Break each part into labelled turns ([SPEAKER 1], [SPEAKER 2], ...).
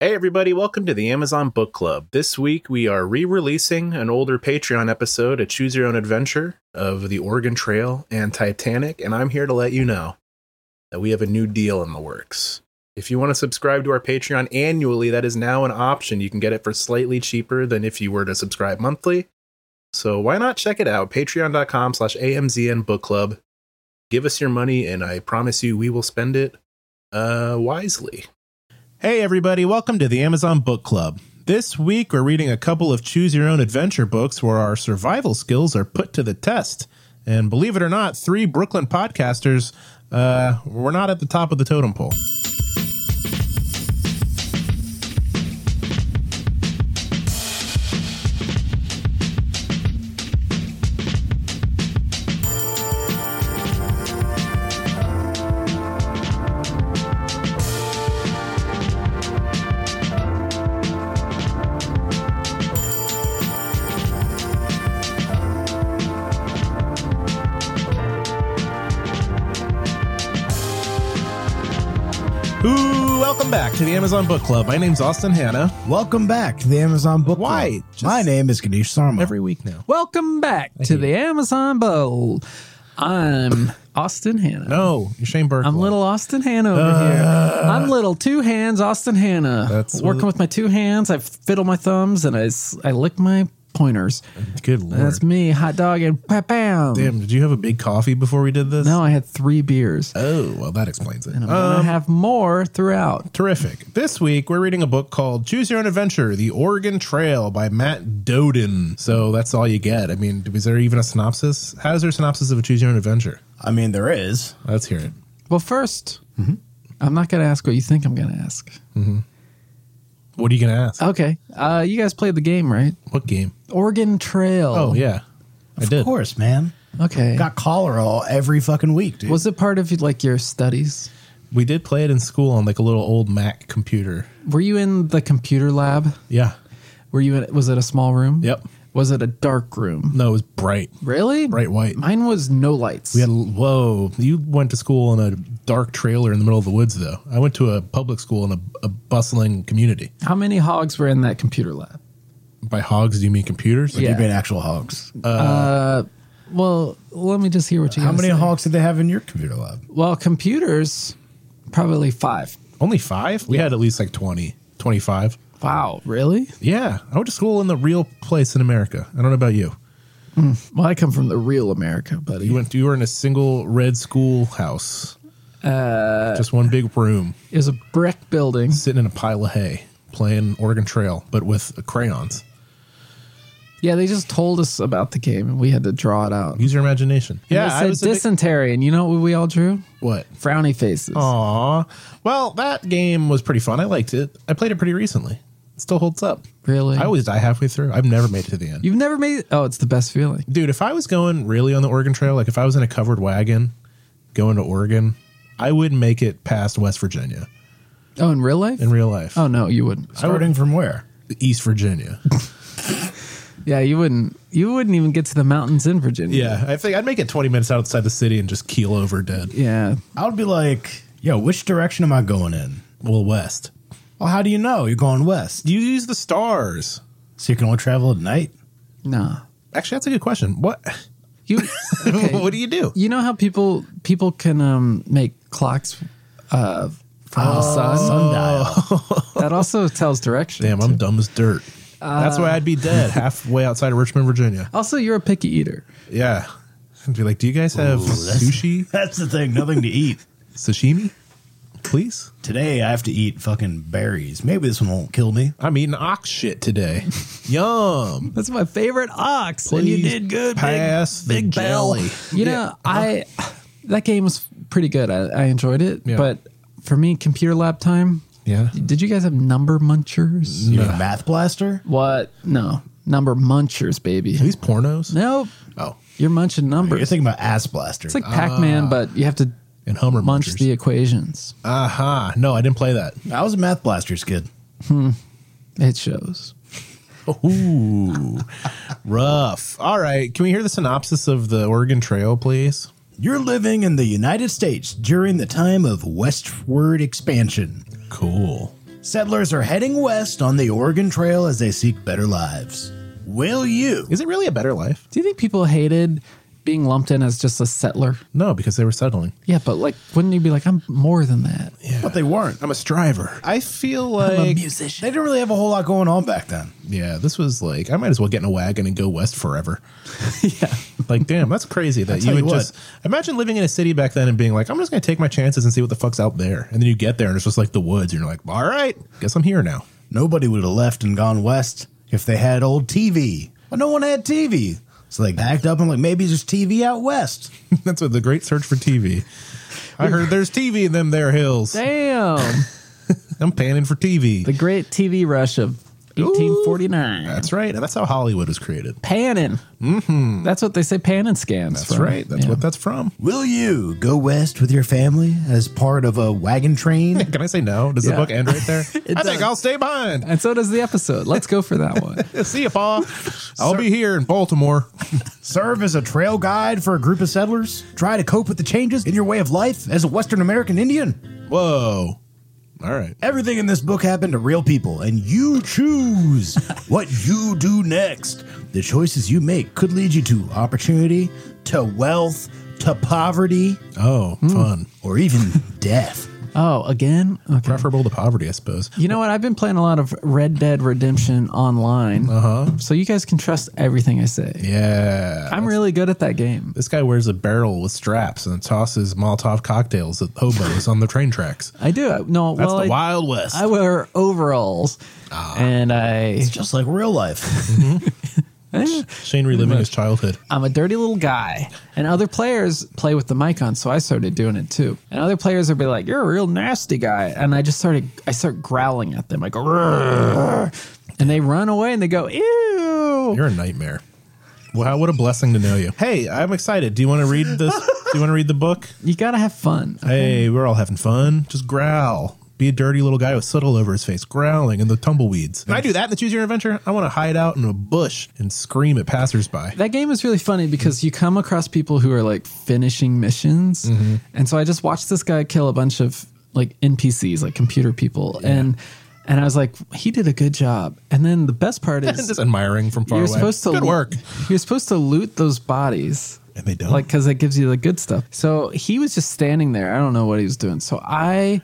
[SPEAKER 1] Hey, everybody, welcome to the Amazon Book Club. This week we are re releasing an older Patreon episode, A Choose Your Own Adventure of the Oregon Trail and Titanic, and I'm here to let you know that we have a new deal in the works. If you want to subscribe to our Patreon annually, that is now an option. You can get it for slightly cheaper than if you were to subscribe monthly. So why not check it out? Patreon.com slash AMZN Book Club. Give us your money, and I promise you we will spend it uh, wisely. Hey, everybody, welcome to the Amazon Book Club. This week, we're reading a couple of choose your own adventure books where our survival skills are put to the test. And believe it or not, three Brooklyn podcasters uh, were not at the top of the totem pole. Ooh, welcome back to the Amazon Book Club. My name's Austin Hanna.
[SPEAKER 2] Welcome back to the Amazon Book
[SPEAKER 1] Why?
[SPEAKER 2] Club.
[SPEAKER 1] Just-
[SPEAKER 2] My name is Ganesh Sarma.
[SPEAKER 1] Every week now.
[SPEAKER 3] Welcome back to the Amazon Bowl. I'm Austin Hanna.
[SPEAKER 1] No, you're Shane Burke.
[SPEAKER 3] I'm little Austin Hanna over here. I'm little two hands Austin Hanna.
[SPEAKER 1] That's
[SPEAKER 3] Working
[SPEAKER 1] what-
[SPEAKER 3] with my two hands. I fiddle my thumbs and I, s- I lick my pointers.
[SPEAKER 1] Good lord.
[SPEAKER 3] That's me, hot dog and bam. bam.
[SPEAKER 1] Damn, did you have a big coffee before we did this?
[SPEAKER 3] Now I had three beers.
[SPEAKER 1] Oh, well, that explains it.
[SPEAKER 3] And I'm gonna have more throughout.
[SPEAKER 1] Terrific. This week, we're reading a book called Choose Your Own Adventure The Oregon Trail by Matt Doden. So that's all you get. I mean, is there even a synopsis? How is there a synopsis of a Choose Your Own Adventure?
[SPEAKER 2] I mean, there is.
[SPEAKER 1] Let's hear it.
[SPEAKER 3] Well, 1st i
[SPEAKER 1] Mm-hmm.
[SPEAKER 3] I'm not gonna ask what you think I'm gonna ask.
[SPEAKER 1] What are you going to ask?
[SPEAKER 3] Okay. Uh, you guys played the game, right?
[SPEAKER 1] What game?
[SPEAKER 3] Oregon Trail.
[SPEAKER 1] Oh, yeah. I did.
[SPEAKER 2] Of course, man.
[SPEAKER 3] Okay.
[SPEAKER 2] Got cholera all- every fucking week, dude.
[SPEAKER 3] Was it part of like your studies?
[SPEAKER 1] We did play it in school on like a little old Mac computer.
[SPEAKER 3] Were you in the computer lab?
[SPEAKER 1] Yeah.
[SPEAKER 3] Were you in, was it a small room?
[SPEAKER 1] Yep.
[SPEAKER 3] Was it a dark room?
[SPEAKER 1] No, it was bright,
[SPEAKER 3] Really?
[SPEAKER 1] bright white.
[SPEAKER 3] Mine was no lights.
[SPEAKER 1] We had, whoa, you went to school in a dark trailer in the middle of the woods, though. I went to a public school in a, a bustling community.
[SPEAKER 3] How many hogs were in that computer lab?
[SPEAKER 1] By hogs, do you mean computers?
[SPEAKER 3] Yeah.
[SPEAKER 2] You've been actual hogs.
[SPEAKER 1] Uh,
[SPEAKER 3] Uh, Well, let me just hear what you
[SPEAKER 2] How
[SPEAKER 3] guys
[SPEAKER 2] many
[SPEAKER 3] say.
[SPEAKER 2] hogs did they have in your computer lab?
[SPEAKER 3] Well, computers, probably five.
[SPEAKER 1] Only five? We had at least like 20, 25.
[SPEAKER 3] Wow, really?
[SPEAKER 1] Yeah. I went to school in the real place in America. I don't know about you.
[SPEAKER 3] Well, I come from the real America,
[SPEAKER 1] You
[SPEAKER 3] buddy.
[SPEAKER 1] went you were in a single red schoolhouse. Uh just one big room,
[SPEAKER 3] It was a brick building.
[SPEAKER 1] sitting in a pile of hay, playing Oregon Trail, but with crayons.
[SPEAKER 3] Yeah, they just told us about the game and we had to draw it out.
[SPEAKER 1] Use your imagination. Yeah,
[SPEAKER 3] I said
[SPEAKER 1] a big-
[SPEAKER 3] dysentery, and you know what we all drew?
[SPEAKER 1] what?
[SPEAKER 3] Frowny faces.
[SPEAKER 1] Aw. Well, that game was pretty fun. I liked it. I played it pretty recently. It still holds up.
[SPEAKER 3] Really?
[SPEAKER 1] I always die halfway through. I've never made it to the end.
[SPEAKER 3] You've never made. Oh, it's the best feeling.
[SPEAKER 1] dude, if I was going really on the Oregon Trail, like if I was in a covered wagon going to Oregon, I wouldn't make it past West Virginia
[SPEAKER 3] Oh, in real life?
[SPEAKER 1] in real life.
[SPEAKER 3] oh no, you wouldn't.
[SPEAKER 2] Starting from where?
[SPEAKER 1] East Virginia.
[SPEAKER 3] Yeah, you wouldn't. You wouldn't even get to the mountains in Virginia.
[SPEAKER 1] yeah, I think I'd make it 20 minutes outside the city and just keel over dead.
[SPEAKER 3] Yeah.
[SPEAKER 2] I would be like, yo, which direction am I going in?
[SPEAKER 1] Well, west.
[SPEAKER 2] Well, how do you know? You're going west.
[SPEAKER 1] You use the stars.
[SPEAKER 2] So you can only travel at night?
[SPEAKER 3] Nah.
[SPEAKER 1] Actually, that's a good question. What
[SPEAKER 3] You. Okay.
[SPEAKER 1] what do you do?
[SPEAKER 3] you know how people people can um, make clocks uh, from the sun.
[SPEAKER 2] Sundial.
[SPEAKER 3] That also tells direction.
[SPEAKER 1] Oh. Damn, I'm dumb as dirt. that's why I'd be
[SPEAKER 3] Uh.
[SPEAKER 1] dead halfway outside of Richmond, Virginia.
[SPEAKER 3] Also, you're a picky eater.
[SPEAKER 1] Yeah. I'd be like, "Do you guys have sushi?
[SPEAKER 2] That's the thing. Nothing to eat.
[SPEAKER 1] Sashimi? Please?"
[SPEAKER 2] Today I have to eat fucking berries. Maybe this one won't kill me.
[SPEAKER 1] I'm eating ox shit today. Yum.
[SPEAKER 3] That's my favorite ox, and you
[SPEAKER 1] Please
[SPEAKER 3] did good.
[SPEAKER 1] pass the
[SPEAKER 3] big bell.
[SPEAKER 1] jelly.
[SPEAKER 3] You know, I that game was pretty good. I, I enjoyed it,
[SPEAKER 1] Yeah.
[SPEAKER 3] but for me, computer lab time.
[SPEAKER 1] Yeah.
[SPEAKER 3] Did you guys have number munchers?
[SPEAKER 2] You mean math blaster?
[SPEAKER 3] What? No, number munchers,
[SPEAKER 1] Are
[SPEAKER 3] baby.
[SPEAKER 1] these pornos?
[SPEAKER 3] Nope,
[SPEAKER 1] Oh,
[SPEAKER 3] you're munching
[SPEAKER 2] You're
[SPEAKER 3] numbers.
[SPEAKER 2] thinking about ass blaster.
[SPEAKER 3] it's like Pac-Man, but you have to
[SPEAKER 1] and Hummer
[SPEAKER 3] munch
[SPEAKER 1] Ah. munchers.
[SPEAKER 3] the equations.
[SPEAKER 1] Aha. No, I didn't play that.
[SPEAKER 2] I was a math blasters kid.
[SPEAKER 3] It shows.
[SPEAKER 1] Ooh, rough. All right. Can we hear the synopsis of the Oregon Trail, please?
[SPEAKER 2] You're living in the United States during the time of westward expansion.
[SPEAKER 1] Cool.
[SPEAKER 2] Settlers are heading west on the Oregon Trail as they seek better lives. Will you?
[SPEAKER 1] Is it really a better life?
[SPEAKER 3] Do you think people hated being lumped in as just a settler?
[SPEAKER 1] No, because they were settling.
[SPEAKER 3] Yeah, but like, wouldn't you be like, I'm more than that?
[SPEAKER 2] But they weren't.
[SPEAKER 1] I'm a striver. I feel
[SPEAKER 3] I'm a
[SPEAKER 1] like
[SPEAKER 3] musician.
[SPEAKER 2] They didn't really have a whole lot going on back then.
[SPEAKER 1] yeah, this was like I might as well get in a wagon and go west forever.
[SPEAKER 3] yeah.
[SPEAKER 1] Like, damn, that's crazy that you
[SPEAKER 2] tell
[SPEAKER 1] would
[SPEAKER 2] you what.
[SPEAKER 1] just imagine living in a city back then and being like, I'm just gonna take my chances and see what the fuck's out there. And then you get there and it's just like the woods. And you're like, all right, guess I'm here now.
[SPEAKER 2] Nobody would have left and gone west if they had old TV. But no one had TV. So they packed up and like maybe there's TV out west.
[SPEAKER 1] that's what the great search for TV. I heard there's TV in them there hills.
[SPEAKER 3] Damn.
[SPEAKER 1] I'm panning for TV.
[SPEAKER 3] the great TV rush of 1849.
[SPEAKER 1] that's right. And that's how Hollywood was created.
[SPEAKER 3] Panning. Mm-hmm. That's what they say Panning scans.
[SPEAKER 1] That's right. That's what that's from.
[SPEAKER 2] Will you go west with your family as part of a wagon train?
[SPEAKER 1] Can I say no? Does
[SPEAKER 3] Yeah.
[SPEAKER 1] the book end right there? I
[SPEAKER 3] does.
[SPEAKER 1] think I'll stay behind.
[SPEAKER 3] And so does the episode. Let's go for that one.
[SPEAKER 1] See you, Paul. I'll be here in Baltimore.
[SPEAKER 2] Serve as a trail guide for a group of settlers? Try to cope with the changes in your way of life as a Western American Indian?
[SPEAKER 1] Whoa. All right.
[SPEAKER 2] Everything in this book happened to real people, and you choose what you do next. The choices you make could lead you to opportunity, to wealth, to poverty,
[SPEAKER 1] Oh, fun.
[SPEAKER 2] or even death.
[SPEAKER 3] Oh, again? Okay.
[SPEAKER 1] Preferable to poverty, I suppose.
[SPEAKER 3] You know what? I've been playing a lot of Red Dead Redemption online. Uh huh. So you guys can trust everything I say.
[SPEAKER 1] Uh-huh. Yeah.
[SPEAKER 3] I'm really good at that game.
[SPEAKER 1] This guy wears a barrel with straps and tosses Molotov cocktails at hobos on the train tracks.
[SPEAKER 3] I do. No,
[SPEAKER 1] That's
[SPEAKER 3] well,
[SPEAKER 1] the Ah.
[SPEAKER 3] I,
[SPEAKER 1] Wild West.
[SPEAKER 3] I wear overalls, and I
[SPEAKER 2] It's just like real life.
[SPEAKER 3] eh,
[SPEAKER 1] Shane reliving his childhood.
[SPEAKER 3] I'm a dirty little guy. And other players play with the mic on, so I started doing it too. And other players would be like, "You're a real nasty guy," and I just started I start growling at them. I go, "Rrrr," and they run away and they go, "Ew."
[SPEAKER 1] You're a nightmare. Wow, what a blessing to know you. Hey, I'm excited. Do you want to read this? Do you want to read the book?
[SPEAKER 3] You gotta have fun.
[SPEAKER 1] Hey, we're all having fun. Just growl. Be a dirty little guy with soot all over his face, growling in the tumbleweeds. When I do that in the Choose Your Adventure, I want to hide out in a bush and scream at passersby.
[SPEAKER 3] That game is really funny because you come across people who are like finishing missions.
[SPEAKER 1] Mm-hmm.
[SPEAKER 3] And so I just watched this guy kill a bunch of like NPCs, like computer people. And and I was like, he did a good job. And then the best part
[SPEAKER 1] And
[SPEAKER 3] is
[SPEAKER 1] just admiring from far
[SPEAKER 3] you're
[SPEAKER 1] away.
[SPEAKER 3] supposed to
[SPEAKER 1] Good
[SPEAKER 3] loo-
[SPEAKER 1] work.
[SPEAKER 3] You're supposed to loot those bodies.
[SPEAKER 1] And they don't.
[SPEAKER 3] Like, because that gives you the good stuff. So he was just standing there. I don't know what he was doing. So I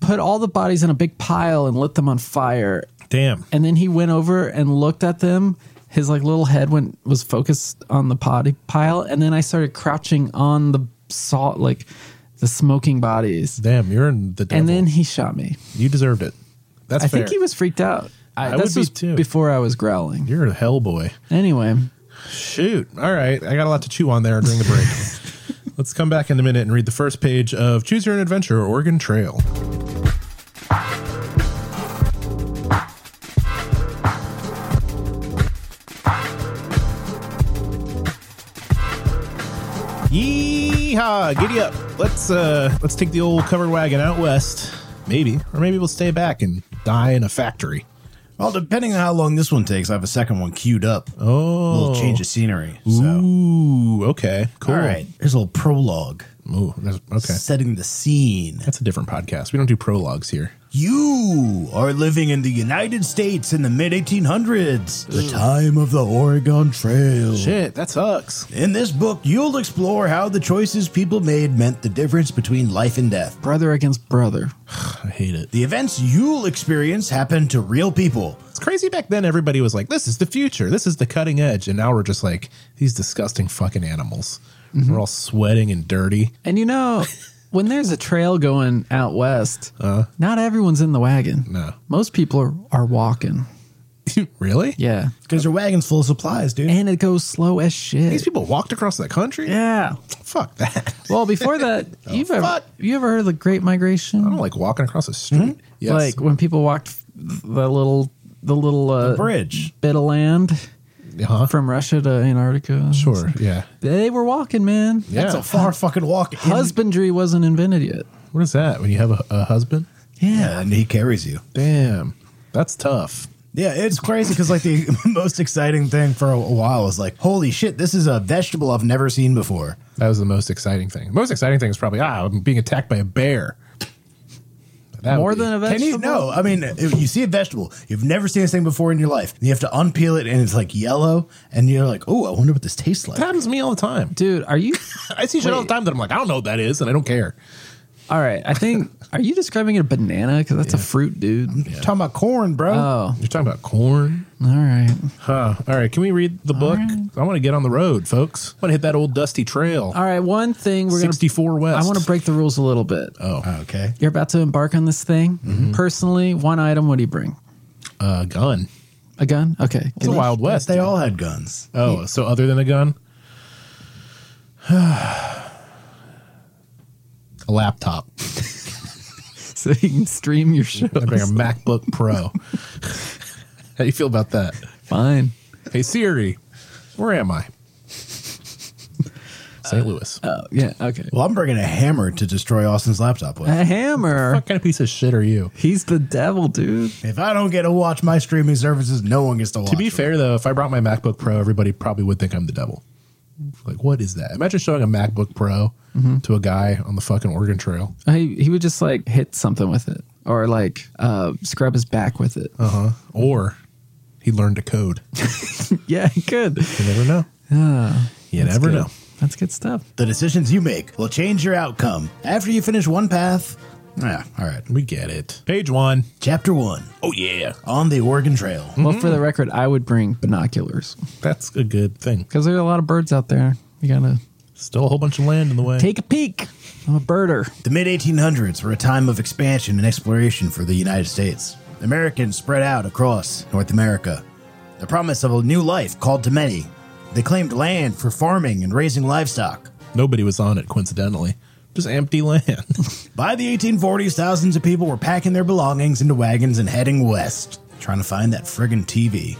[SPEAKER 3] put all the bodies in a big pile and lit them on fire
[SPEAKER 1] Damn.
[SPEAKER 3] and then he went over and looked at them. His like little head went was focused on the potty pile, and then I started crouching on the salt like the smoking bodies.
[SPEAKER 1] Damn, you're in the devil.
[SPEAKER 3] And then he shot me.
[SPEAKER 1] you deserved it. That's
[SPEAKER 3] I
[SPEAKER 1] fair.
[SPEAKER 3] think he was freaked out.
[SPEAKER 1] I
[SPEAKER 3] this
[SPEAKER 1] would be
[SPEAKER 3] was
[SPEAKER 1] too.
[SPEAKER 3] Before I was growling.
[SPEAKER 1] You're a hell boy.
[SPEAKER 3] Anyway,
[SPEAKER 1] Shoot. All right. I got a lot to chew on there during the break. Let's come back in a minute and read the first page of Choose Your Own Adventure Oregon Trail. Yeehaw! Giddy up. Let's uh let's take the old covered wagon out west. Maybe. Or maybe we'll stay back and die in a factory.
[SPEAKER 2] Well, depending on how long this one takes, I have a second one queued up.
[SPEAKER 1] Oh
[SPEAKER 2] A little change of scenery. So,
[SPEAKER 1] Ooh, okay. Cool.
[SPEAKER 2] all right. Here's a little prologue
[SPEAKER 1] Ooh, that's- okay.
[SPEAKER 2] setting the scene.
[SPEAKER 1] That's a different podcast. We don't do prologues here.
[SPEAKER 2] You are living in the United States in the mid 1800s, the time of the Oregon Trail.
[SPEAKER 1] Shit, that sucks.
[SPEAKER 2] In this book, you'll explore how the choices people made meant the difference between life and death.
[SPEAKER 3] brother against brother.
[SPEAKER 1] I hate it.
[SPEAKER 2] The events you'll experience happened to real people.
[SPEAKER 1] It's crazy back then everybody was like, this is the future. This is the cutting edge. And now we're just like these disgusting fucking animals.
[SPEAKER 3] Mm-hmm.
[SPEAKER 1] We're all sweating and dirty.
[SPEAKER 3] And you know, when there's a trail going out west, not everyone's in the wagon.
[SPEAKER 1] Uh-huh. No.
[SPEAKER 3] most people are, are walking.
[SPEAKER 1] really?
[SPEAKER 3] Yeah,
[SPEAKER 2] Because your wagon's full of supplies, dude.
[SPEAKER 3] and it goes slow as shit.
[SPEAKER 1] These people walked across the country?
[SPEAKER 3] yeah.
[SPEAKER 1] Fuck that.
[SPEAKER 3] Well, before that, you've ever
[SPEAKER 1] Oh, fuck.
[SPEAKER 3] you ever heard of the Great Migration?
[SPEAKER 1] I don't like walking across the street. Yes.
[SPEAKER 3] Mm-hmm. Like when people walked the little the little uh,
[SPEAKER 2] Bridge.
[SPEAKER 3] bit of land
[SPEAKER 1] huh?
[SPEAKER 3] from Russia to Antarctica.
[SPEAKER 1] Uh-huh. Sure. Yeah.
[SPEAKER 3] they were walking, man.
[SPEAKER 1] Yeah.
[SPEAKER 2] That's a far fucking walk. in-
[SPEAKER 3] Husbandry wasn't invented yet.
[SPEAKER 1] What is that? When you have a, a husband?
[SPEAKER 2] Yeah, and he carries you.
[SPEAKER 1] Damn. That's tough.
[SPEAKER 2] Yeah, it's crazy because like the most exciting thing for a while was like, holy shit, this is a vegetable I've never seen before.
[SPEAKER 1] That was the most exciting thing. The most exciting thing is probably ah, I'm being attacked by a bear.
[SPEAKER 2] That
[SPEAKER 3] More
[SPEAKER 2] would be-
[SPEAKER 3] than a
[SPEAKER 2] Can you,
[SPEAKER 3] vegetable?
[SPEAKER 2] no, I mean, if you see a vegetable, you've never seen this thing before in your life. and You have to unpeel it, and it's like yellow, and you're like, oh, I wonder what this tastes like.
[SPEAKER 1] That happens to me all the time.
[SPEAKER 3] Dude, are you
[SPEAKER 1] I see shit all
[SPEAKER 3] Wait.
[SPEAKER 1] the time that I'm like, I don't know what that is, and I don't care.
[SPEAKER 3] all right? I think are you describing a banana? Because that's a fruit, dude.
[SPEAKER 2] Talking about corn, bro.
[SPEAKER 3] Oh,
[SPEAKER 1] You're talking about corn.
[SPEAKER 3] all right,
[SPEAKER 1] Huh. All right. Can we read the book? I want to get on the road, folks. I want to hit that old dusty trail.
[SPEAKER 3] all right. One thing we're gonna
[SPEAKER 1] 64 West. Oh.
[SPEAKER 3] I Ah, want to break the rules a little bit.
[SPEAKER 2] okay.
[SPEAKER 3] You're about to embark on this thing.
[SPEAKER 1] Mm-hmm.
[SPEAKER 3] Personally, one item. What do you bring?
[SPEAKER 1] a Uh, gun.
[SPEAKER 3] A gun? Okay.
[SPEAKER 1] It's a Wild West.
[SPEAKER 2] They all had guns.
[SPEAKER 1] Oh, so other than a gun? a laptop.
[SPEAKER 3] so you can stream your show.
[SPEAKER 1] I bring a MacBook Pro. How do you feel about that?
[SPEAKER 3] Fine.
[SPEAKER 1] Hey Siri, where am I? St. Louis.
[SPEAKER 3] Oh, yeah. Okay.
[SPEAKER 2] Well, I'm bringing a hammer to destroy Austin's laptop with.
[SPEAKER 3] A hammer.
[SPEAKER 1] what kind of piece of shit are you?
[SPEAKER 3] He's the devil, dude.
[SPEAKER 2] If I don't get to watch my streaming services, no one gets to watch.
[SPEAKER 1] To be
[SPEAKER 2] them.
[SPEAKER 1] fair, though, if I brought my MacBook Pro, everybody probably would think I'm the devil. Like, what is that? Imagine showing a MacBook Pro
[SPEAKER 3] Mm-hmm.
[SPEAKER 1] to a guy on the fucking Oregon Trail.
[SPEAKER 3] He, he would just like hit something with it or like uh, scrub his back with it.
[SPEAKER 1] Or he learned to code.
[SPEAKER 3] Yeah, good.
[SPEAKER 1] You never know. you never
[SPEAKER 3] good.
[SPEAKER 1] know.
[SPEAKER 3] That's good stuff.
[SPEAKER 2] the decisions you make will change your outcome. After you finish one path, yeah, all right.
[SPEAKER 1] We get it. Page one.
[SPEAKER 2] Chapter one
[SPEAKER 1] Oh, yeah.
[SPEAKER 2] on the Oregon Trail.
[SPEAKER 3] Well, for the record, I would bring binoculars
[SPEAKER 1] That's a good thing.
[SPEAKER 3] because there are a lot of birds out there. You gotta
[SPEAKER 1] Still a whole bunch of land in the way.
[SPEAKER 3] take a peek. I'm a birder.
[SPEAKER 2] The mid 1800s were a time of expansion and exploration for the United States. Americans spread out across North America. The promise of a new life called to many. They claimed land for farming and raising livestock.
[SPEAKER 1] Nobody was on it, coincidentally. Just empty land.
[SPEAKER 2] By the 1840s, thousands of people were packing their belongings into wagons and heading west, trying to find that friggin' TV.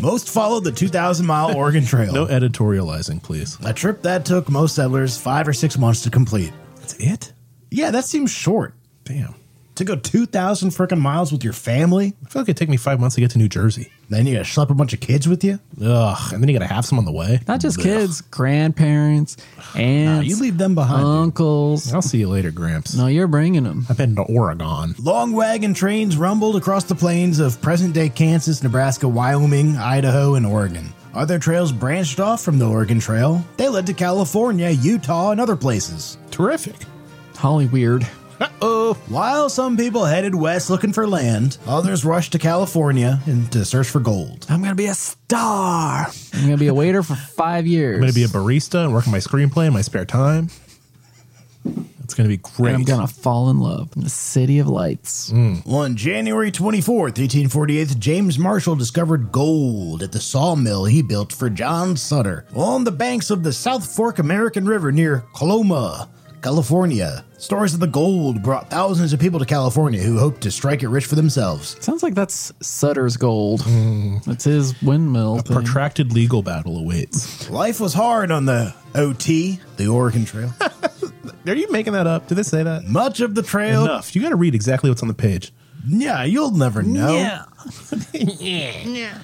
[SPEAKER 2] Most followed the 2,000 mile Oregon Trail,
[SPEAKER 1] no editorializing, please.
[SPEAKER 2] a trip that took most settlers five or six months to complete.
[SPEAKER 1] That's it?
[SPEAKER 2] Yeah, that seems short.
[SPEAKER 1] Damn.
[SPEAKER 2] To go 2,000 frickin' miles with your family,
[SPEAKER 1] I feel like it'd take me five months to get to New Jersey.
[SPEAKER 2] then you gotta schlep a bunch of kids with you?
[SPEAKER 1] Ugh. And then you got to have some on the way.
[SPEAKER 3] Not just
[SPEAKER 1] Ugh.
[SPEAKER 3] kids, grandparents,
[SPEAKER 2] Nah,
[SPEAKER 3] aunts,
[SPEAKER 2] you leave them behind.
[SPEAKER 3] Uh.
[SPEAKER 2] dude.
[SPEAKER 3] uncles.
[SPEAKER 1] I'll see you later, Gramps.
[SPEAKER 3] No, you're bringing them.
[SPEAKER 1] I've been to Oregon.
[SPEAKER 2] Long wagon trains rumbled across the plains of present day Kansas, Nebraska, Wyoming, Idaho, and Oregon. Other trails branched off from the Oregon Trail. They led to California, Utah, and other places.
[SPEAKER 1] Terrific.
[SPEAKER 3] Holly weird.
[SPEAKER 1] Uh-oh.
[SPEAKER 2] While some people headed west looking for land, others rushed to California and to search for gold.
[SPEAKER 3] I'm gonna be a star. I'm gonna be a waiter for five years.
[SPEAKER 1] I'm going to be a barista and work on my screenplay in my spare time. It's going to be great.
[SPEAKER 3] And I'm gonna fall in love in the city of lights.
[SPEAKER 1] Mm.
[SPEAKER 2] On January 24th, 1848, James Marshall discovered gold at the sawmill he built for John Sutter on the banks of the South Fork American River near Coloma, California. Stories of the gold brought thousands of people to California who hoped to strike it rich for themselves.
[SPEAKER 3] Sounds like that's Sutter's gold.
[SPEAKER 1] Mm.
[SPEAKER 3] That's his windmill. thing.
[SPEAKER 1] Protracted legal battle awaits.
[SPEAKER 2] Life was hard on the OT, the Oregon Trail.
[SPEAKER 1] Are you making that up? Did they say that?
[SPEAKER 2] Much of the trail.
[SPEAKER 1] Enough. You got to read exactly what's on the page.
[SPEAKER 2] Yeah, you'll never know.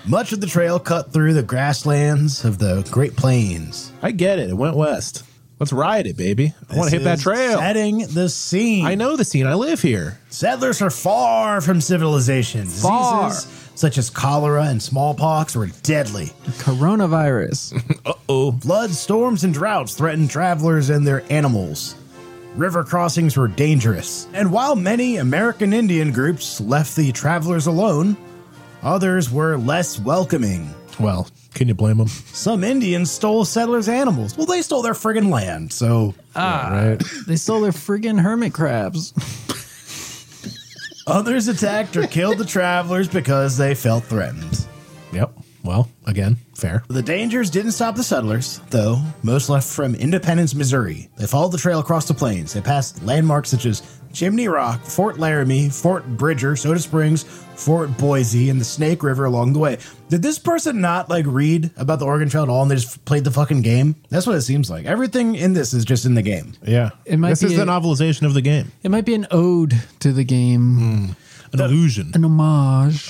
[SPEAKER 2] Much of the trail cut through the grasslands of the Great Plains.
[SPEAKER 1] I get it. It went west. Let's ride it, baby. I want to hit that
[SPEAKER 2] is
[SPEAKER 1] trail.
[SPEAKER 2] Setting the scene.
[SPEAKER 1] I know the scene. I live here.
[SPEAKER 2] Settlers are far from civilization.
[SPEAKER 3] Far.
[SPEAKER 2] Diseases such as cholera and smallpox were deadly.
[SPEAKER 3] Coronavirus.
[SPEAKER 2] Floods, storms, and droughts threatened travelers and their animals. River crossings were dangerous. And while many American Indian groups left the travelers alone, others were less welcoming.
[SPEAKER 1] Well, can you blame them?
[SPEAKER 2] Some Indians stole settlers' animals. Well, they stole their friggin' land, so
[SPEAKER 3] Ah.
[SPEAKER 1] right.
[SPEAKER 3] they stole their friggin' hermit crabs.
[SPEAKER 2] others attacked or killed the travelers because they felt threatened.
[SPEAKER 1] Yep. Well, again, fair.
[SPEAKER 2] The dangers didn't stop the settlers, though. Most left from Independence, Missouri. They followed the trail across the plains. They passed landmarks such as Chimney Rock, Fort Laramie, Fort Bridger, Soda Springs, Fort Boise, and the Snake River along the way. Did this person not like read about the Oregon Trail at all and they just played the fucking game? That's what it seems like. Everything in this is just in the game.
[SPEAKER 1] Yeah.
[SPEAKER 3] It might
[SPEAKER 1] this
[SPEAKER 3] be
[SPEAKER 1] is the
[SPEAKER 3] a-
[SPEAKER 1] novelization of the game.
[SPEAKER 3] It might be an ode to the
[SPEAKER 1] Mm.
[SPEAKER 3] game,
[SPEAKER 1] An illusion.
[SPEAKER 3] an homage.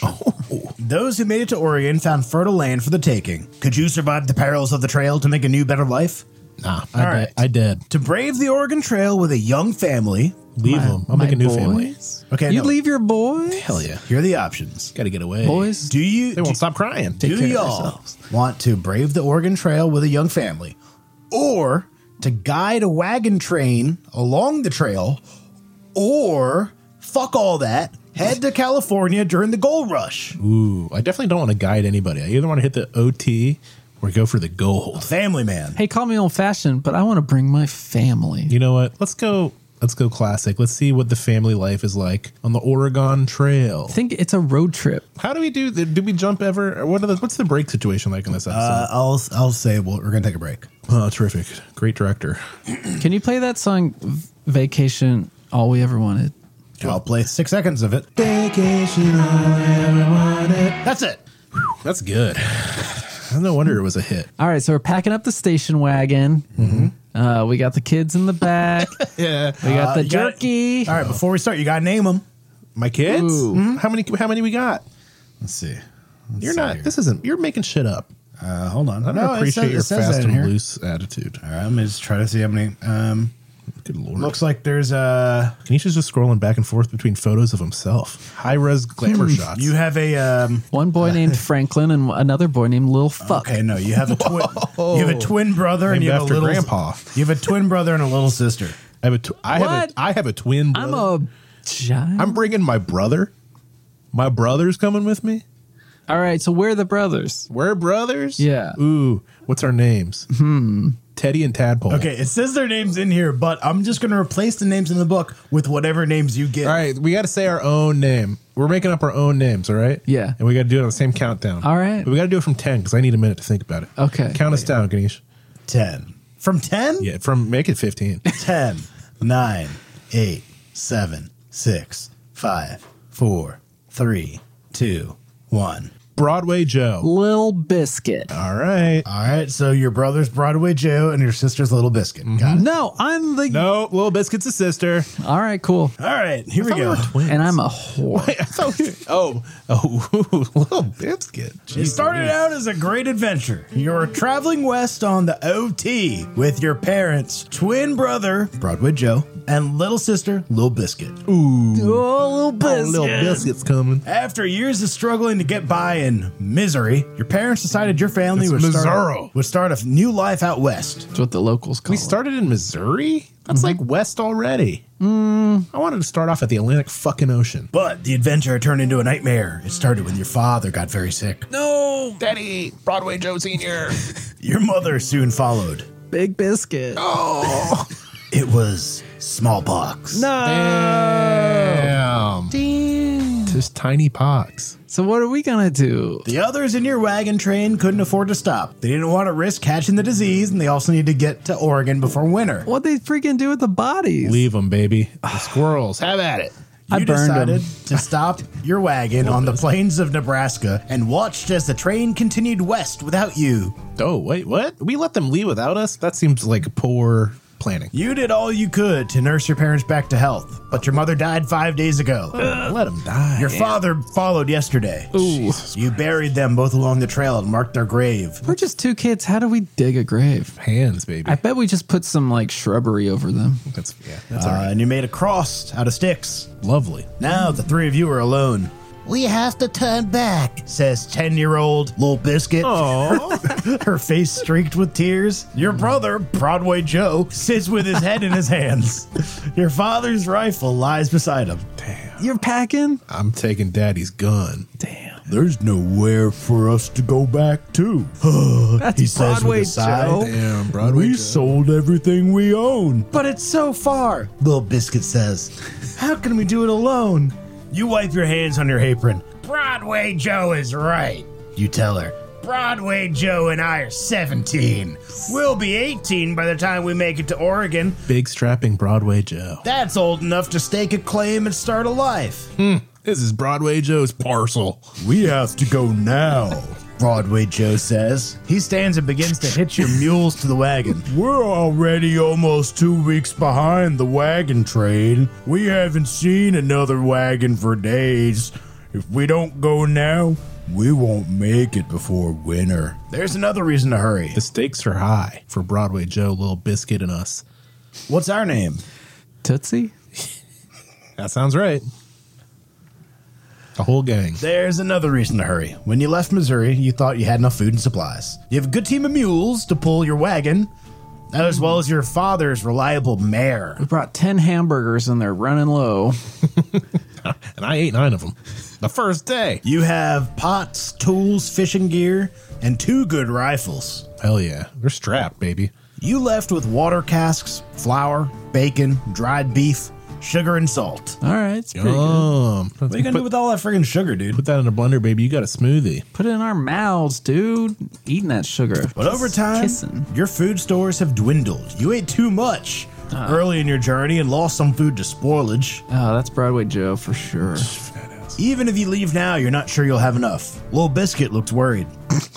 [SPEAKER 2] Those who made it to Oregon found fertile land for the taking. Could you survive the perils of the trail to make a new, better life?
[SPEAKER 1] Nah, I,
[SPEAKER 2] All
[SPEAKER 1] di-
[SPEAKER 2] right.
[SPEAKER 1] I did.
[SPEAKER 2] To brave the Oregon Trail with a young family,
[SPEAKER 1] Leave them. I'll make
[SPEAKER 3] My
[SPEAKER 1] a new
[SPEAKER 3] boys.
[SPEAKER 1] family.
[SPEAKER 2] Okay,
[SPEAKER 3] you
[SPEAKER 2] no.
[SPEAKER 3] leave your boys.
[SPEAKER 1] Hell yeah.
[SPEAKER 2] here are the options.
[SPEAKER 1] Got to get away.
[SPEAKER 3] boys.
[SPEAKER 2] Do you
[SPEAKER 4] They
[SPEAKER 2] do,
[SPEAKER 4] won't stop crying.
[SPEAKER 2] do
[SPEAKER 3] care of
[SPEAKER 2] y'all
[SPEAKER 3] yourselves.
[SPEAKER 2] want to brave the Oregon Trail with a young family, or to guide a wagon train along the trail, or fuck all that, head to California during the gold rush?
[SPEAKER 1] Ooh, I definitely don't want to guide anybody. I either want to hit the OT or go for the gold.
[SPEAKER 2] Family man.
[SPEAKER 3] hey, call me old fashioned, but I want to bring my family.
[SPEAKER 1] You know what? Let's go. Let's go classic. Let's see what the family life is like on the Oregon Trail.
[SPEAKER 3] I think it's a road trip.
[SPEAKER 1] How do we do? th- Do we jump ever? Or What are the, what's the break situation like in this episode?
[SPEAKER 2] Uh, I'll I'll say well, we're gonna take a break.
[SPEAKER 1] oh, terrific! Great director.
[SPEAKER 3] Can you play that song, V- Vacation? All we ever wanted.
[SPEAKER 2] I'll play six seconds of it. That's it.
[SPEAKER 1] That's good. No wonder it was a hit.
[SPEAKER 3] All right, so we're packing up the station wagon. Uh, we got the kids in the back.
[SPEAKER 1] Yeah,
[SPEAKER 3] We got the
[SPEAKER 2] you gotta-
[SPEAKER 3] jerky.
[SPEAKER 2] All right, before we start, you gotta name them.
[SPEAKER 1] my kids.
[SPEAKER 3] Ooh.
[SPEAKER 1] Mhm. How many? How many we got?
[SPEAKER 2] Let's see. Let's
[SPEAKER 1] You're
[SPEAKER 2] see
[SPEAKER 1] not.
[SPEAKER 2] here.
[SPEAKER 1] This isn't. You're making shit up.
[SPEAKER 2] Uh, hold on.
[SPEAKER 1] I don't appreciate your fast and loose attitude.
[SPEAKER 2] All right, I'm gonna just try to see how many. Um,
[SPEAKER 1] Good lord.
[SPEAKER 2] looks like there's a.
[SPEAKER 1] Kanisha's just scrolling back and forth between photos of himself, high res glamour shots.
[SPEAKER 2] You have a. Um,
[SPEAKER 3] One boy named Franklin and another boy named Lil Fuck.
[SPEAKER 2] okay, no, you have a twin. You have a twin brother and
[SPEAKER 1] Named
[SPEAKER 2] you have a
[SPEAKER 1] after
[SPEAKER 2] little.
[SPEAKER 1] grandpa.
[SPEAKER 2] You have a twin brother and a little sister.
[SPEAKER 1] I have a. Tw- I have
[SPEAKER 3] What?
[SPEAKER 1] a. I have a twin.
[SPEAKER 3] I'm
[SPEAKER 1] brother.
[SPEAKER 3] a giant.
[SPEAKER 1] I'm bringing my brother. My brother's coming with me.
[SPEAKER 3] All right, so we're the brothers.
[SPEAKER 1] We're brothers.
[SPEAKER 3] Yeah.
[SPEAKER 1] Ooh, what's our names? Hmm. Teddy and Tadpole.
[SPEAKER 2] Okay, it says their names in here, but I'm just gonna replace the names in the book with whatever names you get.
[SPEAKER 1] All right, we got to say our own name. We're making up our own names, all right?
[SPEAKER 3] Yeah.
[SPEAKER 1] And we got to do it on the same countdown.
[SPEAKER 3] All right.
[SPEAKER 1] But we got to do it from 10 because I need a minute to think about it.
[SPEAKER 3] Okay.
[SPEAKER 1] Count us down, Ganesh.
[SPEAKER 2] Ten from ten.
[SPEAKER 1] Yeah, from make it 15.
[SPEAKER 2] 10, 9, 8, 7, 6, 5, 4, 3, 2, 1.
[SPEAKER 1] Broadway Joe.
[SPEAKER 3] Lil Biscuit.
[SPEAKER 1] All right.
[SPEAKER 2] All right, so your brother's Broadway Joe and your sister's Little Biscuit.
[SPEAKER 1] Mm-hmm.
[SPEAKER 2] Got it.
[SPEAKER 3] No, I'm the.
[SPEAKER 1] No, Little Biscuit's a sister.
[SPEAKER 3] All right, cool.
[SPEAKER 2] All right, here we go.
[SPEAKER 3] And I'm a whore.
[SPEAKER 1] I thought we- oh, oh, Little Biscuit.
[SPEAKER 2] It started out as a great adventure. You were traveling west on the OT with your parents, twin brother, Broadway Joe, and little sister, Little Biscuit.
[SPEAKER 3] Oh, Lil Biscuit.
[SPEAKER 1] Little Biscuit's coming.
[SPEAKER 2] After years of struggling to get by in misery, your parents decided your family
[SPEAKER 1] It's
[SPEAKER 2] would
[SPEAKER 1] Missouri.
[SPEAKER 2] start, would start a new life out west.
[SPEAKER 3] That's what the locals call
[SPEAKER 1] We
[SPEAKER 3] it.
[SPEAKER 1] started in Missouri? That's like West already. I wanted to start off at the Atlantic fucking Ocean.
[SPEAKER 2] But the adventure turned into a nightmare. It started when your father got very sick.
[SPEAKER 1] No! Daddy, Broadway Joe Sr.
[SPEAKER 2] Your mother soon followed.
[SPEAKER 3] Big Biscuit.
[SPEAKER 1] Oh!
[SPEAKER 2] It was smallpox.
[SPEAKER 1] Damn. Just tiny pox.
[SPEAKER 3] So what are we gonna do?
[SPEAKER 2] The others in your wagon train couldn't afford to stop. They didn't want to risk catching the disease, and they also needed to get to Oregon before winter.
[SPEAKER 3] What they freaking do with the bodies?
[SPEAKER 1] Leave them, baby. The squirrels. Have at it.
[SPEAKER 3] I
[SPEAKER 2] you
[SPEAKER 3] burned 'em.
[SPEAKER 2] decided to stop your wagon on the plains of Nebraska and watched as the train continued west without you.
[SPEAKER 1] Oh, wait, what? We let them leave without us? That seems like poor planning.
[SPEAKER 2] You did all you could to nurse your parents back to health, but your mother died five days ago.
[SPEAKER 1] let them die.
[SPEAKER 2] Your father followed yesterday.
[SPEAKER 3] Ooh.
[SPEAKER 2] You buried them both along the trail and marked their grave.
[SPEAKER 3] We're just two kids. How do we dig a grave?
[SPEAKER 1] hands, baby.
[SPEAKER 3] I bet we just put some like shrubbery over them.
[SPEAKER 1] that's yeah, that's all
[SPEAKER 2] Uh,
[SPEAKER 1] right.
[SPEAKER 2] and you made a cross out of sticks.
[SPEAKER 1] Uh, Lovely.
[SPEAKER 2] Now the three of you are alone. We have to turn back, says 10 year old Lil Biscuit.
[SPEAKER 1] Oh,
[SPEAKER 2] Her face streaked with tears. Your brother, Broadway Joe, sits with his head in his hands. Your father's rifle lies beside him.
[SPEAKER 3] You're packing?
[SPEAKER 1] I'm taking daddy's gun.
[SPEAKER 3] Damn.
[SPEAKER 2] There's nowhere for us to go back to.
[SPEAKER 3] That's
[SPEAKER 2] he says with
[SPEAKER 3] Broadway
[SPEAKER 2] a sigh.
[SPEAKER 3] Joe.
[SPEAKER 1] Damn, Broadway. Joe.
[SPEAKER 2] sold everything we own. But it's so far, Little Biscuit says. How can we do it alone? You wipe your hands on your apron. Broadway Joe is right. You tell her. Broadway Joe and I are 17. We'll be 18 by the time we make it to Oregon.
[SPEAKER 1] Big strapping Broadway Joe.
[SPEAKER 2] That's old enough to stake a claim and start a life.
[SPEAKER 1] This is Broadway Joe's parcel.
[SPEAKER 2] We have to go now. Broadway Joe says. He stands and begins to hitch your mules to the wagon. We're already almost two weeks behind the wagon train. We haven't seen another wagon for days. If we don't go now, We won't make it before winter. There's another reason to hurry.
[SPEAKER 1] The stakes are high for Broadway Joe, Little Biscuit, and us.
[SPEAKER 2] What's our name?
[SPEAKER 3] Tootsie?
[SPEAKER 1] That sounds right. The whole gang.
[SPEAKER 2] There's another reason to hurry. When you left Missouri, you thought you had enough food and supplies. You have a good team of mules to pull your wagon, as well as your father's reliable mare.
[SPEAKER 3] We brought 10 hamburgers and they're running low.
[SPEAKER 1] And I ate nine of them. The first day.
[SPEAKER 2] You have pots, tools, fishing gear, and two good rifles.
[SPEAKER 1] Hell yeah. We're strapped, baby.
[SPEAKER 2] You left with water casks, flour, bacon, dried beef, sugar, and salt.
[SPEAKER 3] All right. It's pretty good.
[SPEAKER 1] Um,
[SPEAKER 2] What are you gonna do with all that friggin' sugar, dude?
[SPEAKER 1] put that in a blender, baby. You got a smoothie.
[SPEAKER 3] Put it in our mouths, dude. Eating that sugar.
[SPEAKER 2] But over time,
[SPEAKER 3] Kissing.
[SPEAKER 2] your food stores have dwindled. You ate too much early in your journey and lost some food to spoilage.
[SPEAKER 3] Oh, that's Broadway Joe for sure.
[SPEAKER 2] Even if you leave now, you're not sure you'll have enough. Little Biscuit looks worried.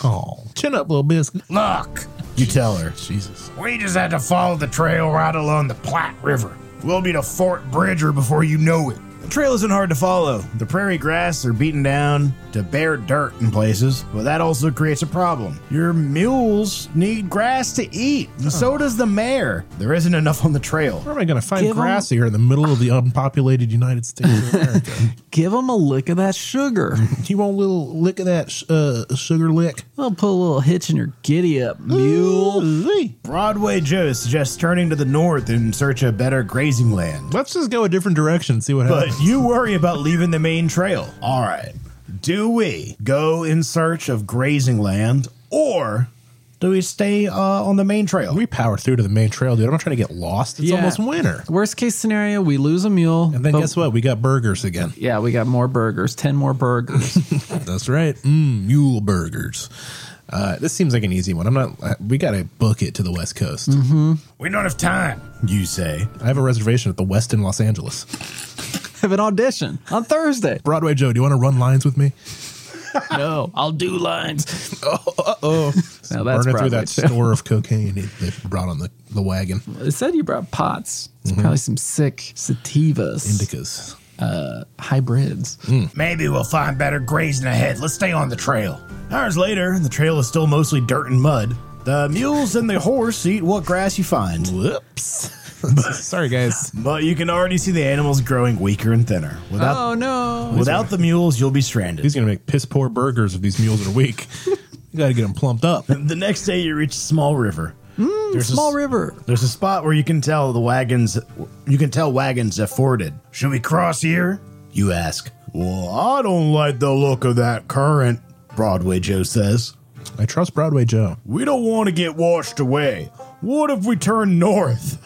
[SPEAKER 1] Oh, chin up, little biscuit.
[SPEAKER 2] Look, you tell her.
[SPEAKER 1] Jesus.
[SPEAKER 2] We just had to follow the trail right along the Platte River. We'll be to Fort Bridger before you know it. The trail isn't hard to follow. The prairie grass are beaten down to bare dirt in places, but that also creates a problem. Your mules need grass to eat, and so does the mare. There isn't enough on the trail.
[SPEAKER 1] Where am I going to find
[SPEAKER 3] Give 'em-
[SPEAKER 1] grass here in the middle of the unpopulated United States of America?
[SPEAKER 3] Give them a lick of that sugar.
[SPEAKER 1] you want a little lick of that sh- uh, sugar lick?
[SPEAKER 3] I'll put a little hitch in your giddy up, mule.
[SPEAKER 1] Ooh-wee.
[SPEAKER 2] Broadway Joe suggests turning to the north in search of better grazing land.
[SPEAKER 1] Let's just go a different direction and see what happens.
[SPEAKER 2] But you worry about leaving the main trail. All right. Do we go in search of grazing land or do we stay uh, on the main trail?
[SPEAKER 1] We power through to the main trail, dude. I'm not trying to get lost. It's
[SPEAKER 3] Yeah.
[SPEAKER 1] almost winter.
[SPEAKER 3] Worst case scenario, we lose a mule.
[SPEAKER 1] And then
[SPEAKER 3] but-
[SPEAKER 1] guess what? We got burgers again.
[SPEAKER 3] Yeah, we got more burgers. 10 more burgers.
[SPEAKER 1] That's right. Mm, mule burgers. Uh, this seems like an easy one. I'm not. uh, We got to book it to the West Coast.
[SPEAKER 3] Mm-hmm.
[SPEAKER 2] We don't have time, you say.
[SPEAKER 1] I have a reservation at the West in Los Angeles.
[SPEAKER 3] Have an audition on Thursday.
[SPEAKER 1] Broadway Joe, do you want to run lines with me?
[SPEAKER 3] No, I'll do lines.
[SPEAKER 1] Oh,
[SPEAKER 3] Now that's
[SPEAKER 1] burning
[SPEAKER 3] Broadway
[SPEAKER 1] through that
[SPEAKER 3] Joe.
[SPEAKER 1] store of cocaine they- they brought on the, the wagon.
[SPEAKER 3] It said you brought pots. It's
[SPEAKER 1] Mm-hmm.
[SPEAKER 3] probably some sick sativas, uh,
[SPEAKER 1] Indicas.
[SPEAKER 3] hybrids.
[SPEAKER 1] Mm.
[SPEAKER 2] Maybe we'll find better grazing ahead. Let's stay on the trail. Hours later, the trail is still mostly dirt and mud. The mules and the horse eat what grass you find,
[SPEAKER 1] Whoops. Sorry, guys.
[SPEAKER 2] but you can already see the animals growing weaker and thinner. Without
[SPEAKER 3] Oh no!
[SPEAKER 2] without the mules, you'll be stranded.
[SPEAKER 1] He's gonna make piss poor burgers if these mules are weak. you gotta get them plumped up.
[SPEAKER 2] The next day, you reach a small river. There's a
[SPEAKER 3] Hmm, Small
[SPEAKER 2] s-
[SPEAKER 3] river.
[SPEAKER 2] There's a spot where you can tell the wagons, you can tell wagons have forded. Should we cross here? You ask. Well, I don't like the look of that current, Broadway Joe says.
[SPEAKER 1] I trust Broadway Joe.
[SPEAKER 2] We don't want to get washed away. What if we turn north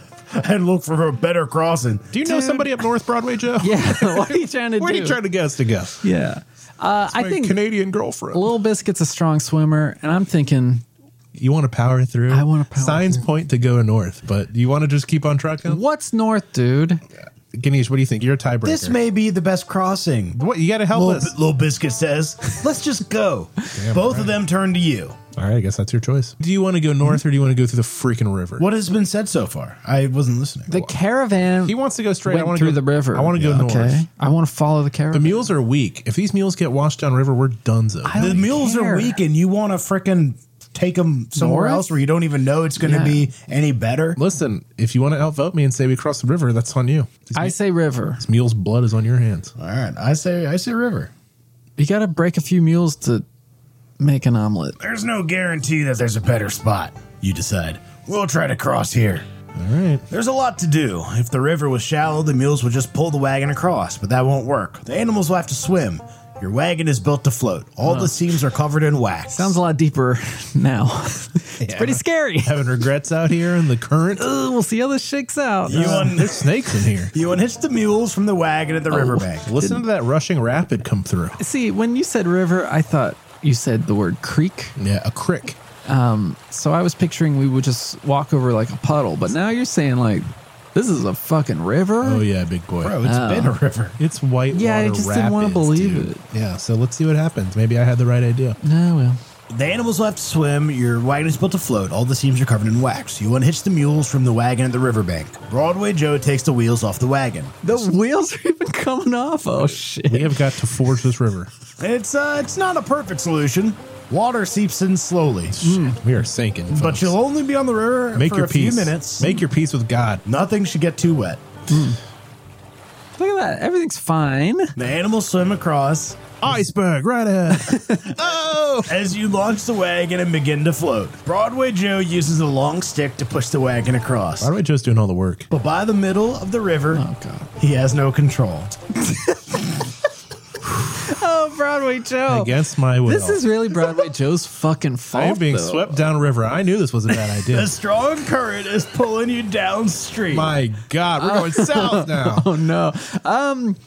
[SPEAKER 2] and look for a better crossing?
[SPEAKER 1] Do you know
[SPEAKER 3] Dude.
[SPEAKER 1] somebody up north, Broadway Joe?
[SPEAKER 3] Yeah. what are you trying to
[SPEAKER 1] Where are
[SPEAKER 3] do?
[SPEAKER 1] you trying to get us to go?
[SPEAKER 3] yeah. Uh, I
[SPEAKER 1] My
[SPEAKER 3] think
[SPEAKER 1] Canadian girlfriend.
[SPEAKER 3] Little Biscuit's a strong swimmer, and I'm thinking,
[SPEAKER 1] You want to power through?
[SPEAKER 3] I wanna power
[SPEAKER 1] Signs point to go north, but you want to just keep on trucking?
[SPEAKER 3] what's north, dude?
[SPEAKER 1] Ganesh, what do you think? You're a tiebreaker.
[SPEAKER 2] This may be the best crossing.
[SPEAKER 1] what you got to help
[SPEAKER 2] Little,
[SPEAKER 1] us.
[SPEAKER 2] Little Biscuit says, let's just go. Both of them turn to you.
[SPEAKER 1] All right, I guess that's your choice. Do you want to go north or do you want to go through the freaking river?
[SPEAKER 2] What has been said so far? I wasn't listening.
[SPEAKER 3] The caravan
[SPEAKER 1] He wants to go straight. I
[SPEAKER 3] went
[SPEAKER 1] want
[SPEAKER 3] through
[SPEAKER 1] to go,
[SPEAKER 3] the river.
[SPEAKER 1] I want to go north.
[SPEAKER 3] Okay. I want to follow the caravan.
[SPEAKER 1] The mules are weak. If these mules get washed down river, we're donezo.
[SPEAKER 3] I
[SPEAKER 2] the
[SPEAKER 3] don't
[SPEAKER 2] mules
[SPEAKER 3] care.
[SPEAKER 2] are weak and you want to frickin' take them somewhere
[SPEAKER 3] North?
[SPEAKER 2] else where you don't even know it's going to
[SPEAKER 3] Yeah.
[SPEAKER 2] be any better.
[SPEAKER 1] Listen, if you want to outvote me and say we crossed the river, that's on you. These
[SPEAKER 3] I say river.
[SPEAKER 1] mules' blood is on your hands.
[SPEAKER 2] All right, I say I say river.
[SPEAKER 3] You got to break a few mules to make an omelet.
[SPEAKER 2] There's no guarantee that there's a better spot. You decide. We'll try to cross here.
[SPEAKER 1] All right.
[SPEAKER 2] There's a lot to do. If the river was shallow, the mules would just pull the wagon across, but that won't work. The animals will have to swim. Your wagon is built to float. All the seams are covered in wax.
[SPEAKER 3] Sounds a lot deeper now. it's pretty scary.
[SPEAKER 1] Having regrets out here in the current.
[SPEAKER 3] Ugh, we'll see how this shakes out.
[SPEAKER 2] you, un-
[SPEAKER 1] There's snakes in here.
[SPEAKER 2] you unhitch the mules from the wagon at the
[SPEAKER 3] Oh.
[SPEAKER 2] riverbank.
[SPEAKER 1] Listen to that rushing rapid come through.
[SPEAKER 3] See, when you said river, I thought you said the word creek.
[SPEAKER 1] Yeah, a crick.
[SPEAKER 3] So I was picturing we would just walk over like a puddle, but now you're saying like this is a fucking river.
[SPEAKER 1] Oh yeah, big boy.
[SPEAKER 2] Bro, it's
[SPEAKER 3] Oh.
[SPEAKER 2] been a river.
[SPEAKER 1] It's white.
[SPEAKER 3] Yeah, I just didn't wanna
[SPEAKER 1] rapids,
[SPEAKER 3] believe
[SPEAKER 1] dude.
[SPEAKER 3] it.
[SPEAKER 1] Yeah, so let's see what happens. Maybe I had the right idea.
[SPEAKER 3] No, well,
[SPEAKER 2] The animals left to swim, your wagon is built to float, all the seams are covered in wax. You unhitch the mules from the wagon at the riverbank. Broadway Joe takes the wheels off the wagon.
[SPEAKER 3] The wheels are even coming off. Oh shit!
[SPEAKER 1] We have got to forge this river.
[SPEAKER 2] It's uh, it's not a perfect solution. Water seeps in slowly,
[SPEAKER 1] We are sinking.
[SPEAKER 2] but
[SPEAKER 1] folks.
[SPEAKER 2] you'll only be on the river
[SPEAKER 1] Mm, make
[SPEAKER 2] for
[SPEAKER 1] your
[SPEAKER 2] a
[SPEAKER 1] peace.
[SPEAKER 2] few minutes.
[SPEAKER 1] Make your peace with God.
[SPEAKER 2] Nothing should get too wet.
[SPEAKER 3] Look at that. Everything's fine.
[SPEAKER 2] The animals swim across
[SPEAKER 1] Iceberg, right ahead.
[SPEAKER 2] as you launch the wagon and begin to float. Broadway Joe uses a long stick to push the wagon across.
[SPEAKER 1] Why do I Oh. just doing all the work?
[SPEAKER 2] But by the middle of the river,
[SPEAKER 3] Oh, God.
[SPEAKER 2] he has no control.
[SPEAKER 3] Oh, Broadway Joe.
[SPEAKER 1] Against my will.
[SPEAKER 3] This is really Broadway Joe's fucking fault.
[SPEAKER 1] I am being
[SPEAKER 3] though.
[SPEAKER 1] swept downriver. I knew this was a bad idea.
[SPEAKER 2] The strong current is pulling you downstream.
[SPEAKER 1] my God, we're going south now.
[SPEAKER 3] Oh no. Um.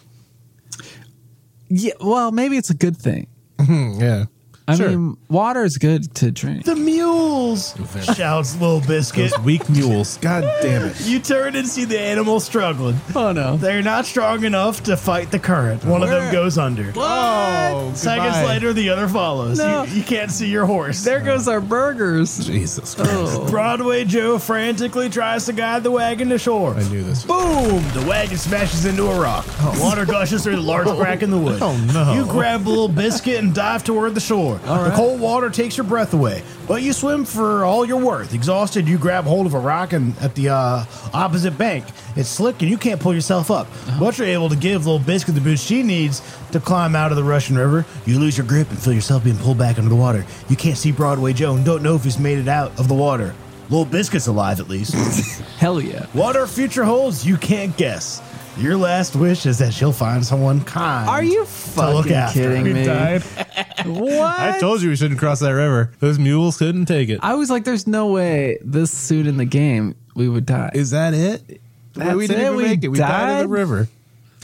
[SPEAKER 3] Yeah. Well, maybe it's a good thing.
[SPEAKER 1] Hmm, yeah.
[SPEAKER 3] I
[SPEAKER 1] Sure.
[SPEAKER 3] mean, water is good to drink.
[SPEAKER 2] the mules! Shouts Lil Biscuit.
[SPEAKER 1] Those weak mules. God damn it.
[SPEAKER 2] You turn and see the animal struggling.
[SPEAKER 3] Oh no.
[SPEAKER 2] They're not strong enough to fight the current. One of them
[SPEAKER 3] Where-
[SPEAKER 2] goes under.
[SPEAKER 1] Oh,
[SPEAKER 2] Seconds
[SPEAKER 1] goodbye.
[SPEAKER 2] later, the other follows.
[SPEAKER 3] No.
[SPEAKER 2] You, you can't see your horse.
[SPEAKER 3] There goes our burgers.
[SPEAKER 1] Jesus Christ.
[SPEAKER 3] Oh.
[SPEAKER 2] Broadway Joe frantically tries to guide the wagon to shore.
[SPEAKER 1] I knew this.
[SPEAKER 2] Boom! The wagon smashes into a rock. Water gushes through the large crack in the wood.
[SPEAKER 1] Oh, no.
[SPEAKER 2] You grab a little biscuit and dive toward the shore. The cold water takes your breath away, but you swim for all your worth. Exhausted, you grab hold of a rock and at the uh, opposite bank. It's slick and you can't pull yourself up,
[SPEAKER 1] Uh-huh.
[SPEAKER 2] but you're able to give little biscuit the boost she needs to climb out of the Russian River. You lose your grip and feel yourself being pulled back under the water. You can't see Broadway Joe and don't know if he's made it out of the water. Little biscuit's alive at least.
[SPEAKER 3] Hell yeah.
[SPEAKER 2] What her future holds, you can't guess. Your last wish is that she'll find someone kind.
[SPEAKER 3] Are you
[SPEAKER 2] to look
[SPEAKER 3] fucking
[SPEAKER 2] after.
[SPEAKER 3] kidding me? What?
[SPEAKER 1] I told you we shouldn't cross that river. Those mules couldn't take it. Is
[SPEAKER 3] I was like, there's no way this suit in the game we would die.
[SPEAKER 1] that it?
[SPEAKER 3] That's
[SPEAKER 1] we didn't
[SPEAKER 3] it?
[SPEAKER 1] even
[SPEAKER 3] We
[SPEAKER 1] make it. We died in the
[SPEAKER 3] died?
[SPEAKER 1] river.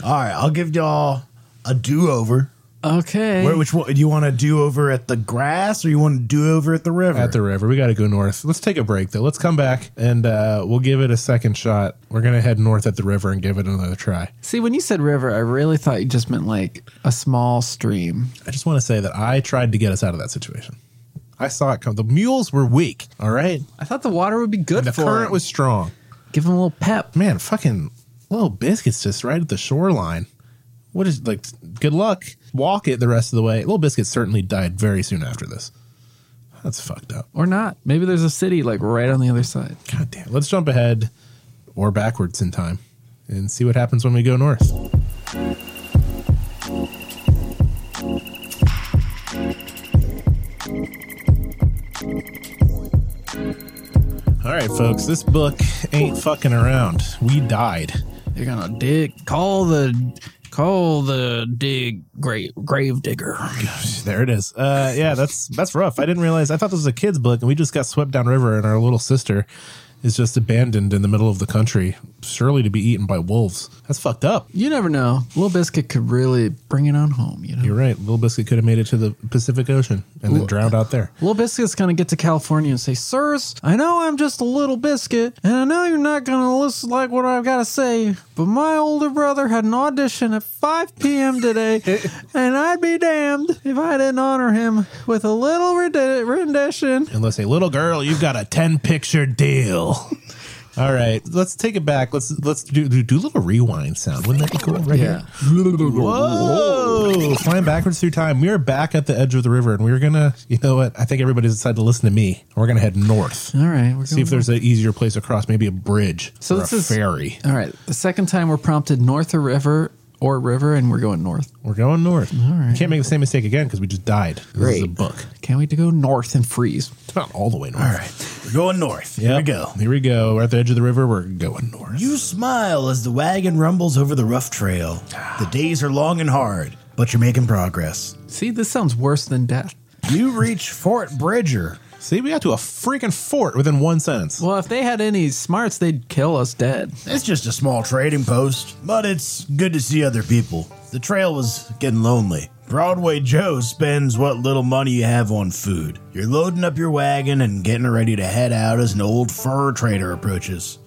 [SPEAKER 2] All right, I'll give y'all a do-over.
[SPEAKER 3] okay.
[SPEAKER 2] Where, which one do you want to do over at the grass or you want to do over at the river?
[SPEAKER 1] At the river. We got to go north. Let's take a break, though. Let's come back and uh, we'll give it a second shot. We're going to head north at the river and give it another try.
[SPEAKER 3] See, when you said river, I really thought you just meant like a small stream.
[SPEAKER 1] I just want to say that I tried to get us out of that situation. I saw it come. The mules were weak. All right.
[SPEAKER 3] I thought the water would be good
[SPEAKER 1] The
[SPEAKER 3] for
[SPEAKER 1] current
[SPEAKER 3] it.
[SPEAKER 1] was strong.
[SPEAKER 3] Give him a little pep.
[SPEAKER 1] Man, fucking little biscuits just right at the shoreline. What is like? Good luck. Walk it the rest of the way. Little biscuit certainly died very soon after this. That's fucked up.
[SPEAKER 3] Or not. Maybe there's a city like right on the other side.
[SPEAKER 1] God damn. Let's jump ahead or backwards in time and see what happens when we go north. All right, folks, this book ain't fucking around. We died.
[SPEAKER 3] They're gonna dig. Call the call the dig grave grave digger.
[SPEAKER 1] There it is. Uh, yeah, that's that's rough. I didn't realize. I thought this was a kid's book, and we just got swept downriver, and our little sister is just abandoned in the middle of the country, surely to be eaten by wolves. That's fucked up.
[SPEAKER 3] You never know. Little biscuit could really bring it on home. You know.
[SPEAKER 1] You're right. Little Biscuit could have made it to the Pacific Ocean and then drowned out there.
[SPEAKER 3] Little Biscuit's gonna get to California and say, Sirs, I know I'm just a little biscuit, and I know you're not gonna listen like what I've gotta say, but my older brother had an audition at 5 p.m. today, and I'd be damned if I didn't honor him with a little rendi- rendition.
[SPEAKER 1] And let's say, little girl, you've got a ten picture deal. All right, let's take it back. Let's let's do do, do a little rewind sound. Wouldn't that be cool? Right here. Whoa! Flying backwards through time. We are back at the edge of the river, and we are gonna. You know what? I think everybody's decided to listen to me. We're gonna head north.
[SPEAKER 3] All right, we're
[SPEAKER 1] See if
[SPEAKER 3] going-
[SPEAKER 1] there's an easier place across. Maybe a bridge.
[SPEAKER 3] So
[SPEAKER 1] or
[SPEAKER 3] this
[SPEAKER 1] a
[SPEAKER 3] is-
[SPEAKER 1] ferry.
[SPEAKER 3] All right, the second time we're prompted north or river or river, and we're going north.
[SPEAKER 1] We're going north. All right. Can't make the same mistake again because we just died. This is a
[SPEAKER 3] Great.
[SPEAKER 1] book.
[SPEAKER 3] Can't wait to go north and freeze.
[SPEAKER 1] It's not all the way north.
[SPEAKER 2] All right, we're going north. Here we
[SPEAKER 1] Yep.
[SPEAKER 2] go.
[SPEAKER 1] Here we go. We're at the edge of the river. We're going north.
[SPEAKER 2] You smile as the wagon rumbles over the rough trail. The days are long and hard, but you're making progress.
[SPEAKER 3] See, this sounds worse than death.
[SPEAKER 2] You reach Fort Bridger.
[SPEAKER 1] See, we got to a freaking fort within one sentence.
[SPEAKER 3] Well, if they had any smarts, they'd kill us dead.
[SPEAKER 2] It's just a small trading post, but it's good to see other people. The trail was getting lonely. Broadway Joe spends what little money you have on food. You're loading up your wagon and getting ready to head out as an old fur trader approaches.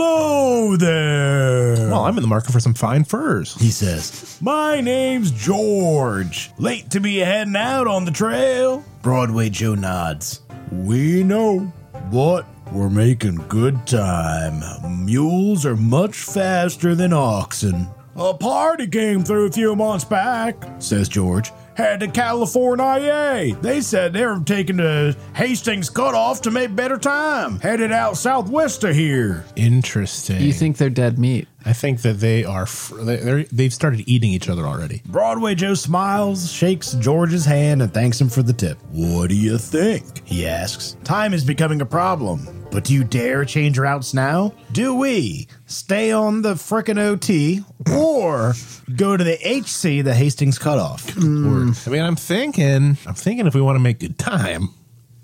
[SPEAKER 2] Hello there.
[SPEAKER 1] Well, I'm in the market for some fine furs.
[SPEAKER 2] he says, My name's George. Late to be heading out on the trail. Broadway Joe nods. We know, but we're making good time. Mules are much faster than oxen. A party came through a few months back, says George. Had to California. They said they were taking the Hastings cutoff to make better time. Headed out southwest of here.
[SPEAKER 1] Interesting.
[SPEAKER 3] You think they're dead meat?
[SPEAKER 1] I think that they are. Fr- they- they're, they've started eating each other already.
[SPEAKER 2] Broadway Joe smiles, shakes George's hand, and thanks him for the tip. What do you think? He asks. Time is becoming a problem. But do you dare change routes now? Do we stay on the frickin' OT or go to the HC, the Hastings cutoff?
[SPEAKER 3] Hmm.
[SPEAKER 1] I mean, I'm thinking. I'm thinking if we want to make good time,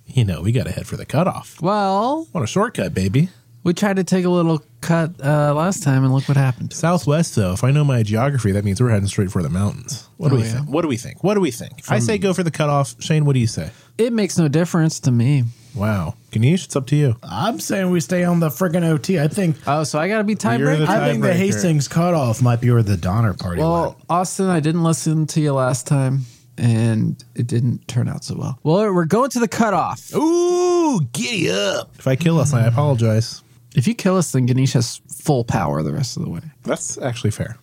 [SPEAKER 1] you know, we got to head for the cutoff.
[SPEAKER 3] Well,
[SPEAKER 1] Want a shortcut, baby?
[SPEAKER 3] we tried to take a little cut uh, last time, and look what happened.
[SPEAKER 1] Southwest, though. If I know my geography, that means we're heading straight for the mountains. What do
[SPEAKER 3] Oh,
[SPEAKER 1] we
[SPEAKER 3] yeah.
[SPEAKER 1] think? What do we think? What do we think? I say go for the cutoff. Shane, what do you say?
[SPEAKER 3] It makes no difference to me.
[SPEAKER 1] Wow, Ganesh, it's up to you.
[SPEAKER 2] I'm saying we stay on the frickin' OT. I think
[SPEAKER 3] Oh, so I got to be
[SPEAKER 1] You're the
[SPEAKER 3] tiebreaker.
[SPEAKER 2] I think the
[SPEAKER 1] Tiebreaker.
[SPEAKER 2] Hastings cutoff might be where the Donner party went.
[SPEAKER 3] Well, Austin, I didn't listen to you last time, and it didn't turn out so well. Well, we're going to the cutoff.
[SPEAKER 1] Ooh, giddy up! If I kill us, I apologize.
[SPEAKER 3] If you kill us, then Ganesh has full power the rest of the way.
[SPEAKER 1] That's actually fair.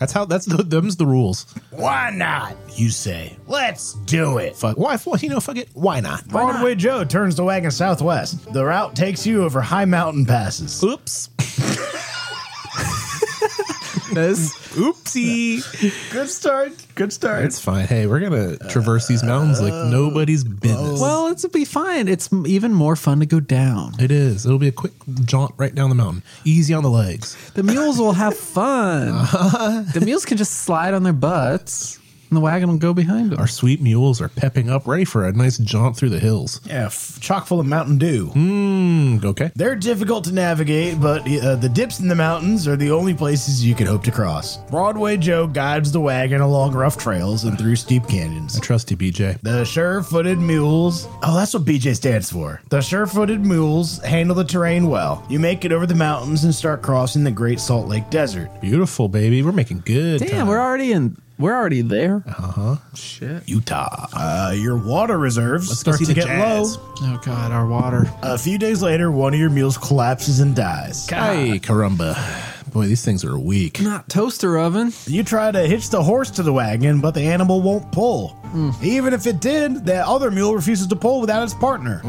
[SPEAKER 1] That's how. That's the, them's the rules.
[SPEAKER 2] Why not? You say. Let's do it.
[SPEAKER 1] Fuck. Why? well, You know, fuck it. Why not?
[SPEAKER 2] Broadway Joe turns the wagon southwest. The route takes you over high mountain passes.
[SPEAKER 1] Oops. Oopsie.
[SPEAKER 2] Good start. Good start.
[SPEAKER 1] It's fine. Hey, we're gonna traverse these mountains like nobody's business.
[SPEAKER 3] Well, it's will be fine. It's m- even more fun to go down.
[SPEAKER 1] it is. It'll be a quick jaunt right down the mountain. Easy on the legs.
[SPEAKER 3] The mules will have fun. The mules can just slide on their butts, and the wagon will go behind them.
[SPEAKER 1] Our sweet mules are pepping up, ready for a nice jaunt through the hills.
[SPEAKER 2] yeah, f- chock full of Mountain Dew.
[SPEAKER 1] Mm, okay.
[SPEAKER 2] They're difficult to navigate, but uh, the dips in the mountains are the only places you can hope to cross. Broadway Joe guides the wagon along rough trails and through steep canyons.
[SPEAKER 1] Trusty BJ.
[SPEAKER 2] The sure footed mules. Oh, that's what BJ stands for. The sure footed mules handle the terrain well. You make it over the mountains and start crossing the Great Salt Lake Desert.
[SPEAKER 1] Beautiful, baby. We're making good.
[SPEAKER 3] Damn,
[SPEAKER 1] time.
[SPEAKER 3] we're already in. We're already there.
[SPEAKER 2] Utah. Uh, your water reserves
[SPEAKER 1] go
[SPEAKER 2] start
[SPEAKER 1] see the
[SPEAKER 2] to get
[SPEAKER 1] jazz.
[SPEAKER 2] low.
[SPEAKER 3] Oh God, our water.
[SPEAKER 2] A few days later, one of your mules collapses and dies.
[SPEAKER 1] Ay, caramba. Boy, these things are weak.
[SPEAKER 3] Not toaster oven.
[SPEAKER 2] You try to hitch the horse to the wagon, but the animal won't pull. Even if it did, that other mule refuses to pull without its partner.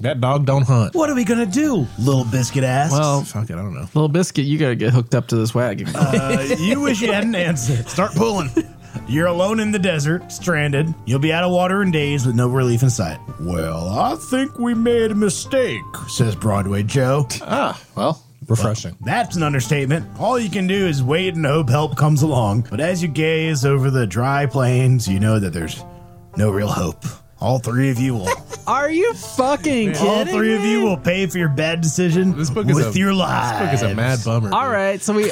[SPEAKER 1] That dog don't hunt.
[SPEAKER 2] What are we gonna do? Little biscuit asks.
[SPEAKER 3] Well,
[SPEAKER 1] Fuck it, I don't know.
[SPEAKER 3] little biscuit, you gotta get hooked up to this wagon.
[SPEAKER 2] uh, you wish you had an answer. Start pulling. You're alone in the desert, stranded. You'll be out of water in days with no relief in sight. Well, I think we made a mistake, says Broadway Joe.
[SPEAKER 1] Ah, well, refreshing.
[SPEAKER 2] That's an understatement. All you can do is wait and hope help comes along. But as you gaze over the dry plains, you know that there's no real hope. All three of you will.
[SPEAKER 3] Are you fucking kidding?
[SPEAKER 2] all three of
[SPEAKER 3] me?
[SPEAKER 2] you will pay for your bad decision
[SPEAKER 1] This book is
[SPEAKER 2] with
[SPEAKER 1] a-
[SPEAKER 2] your lives.
[SPEAKER 1] This book is a mad bummer.
[SPEAKER 3] All
[SPEAKER 1] dude.
[SPEAKER 3] right, so we.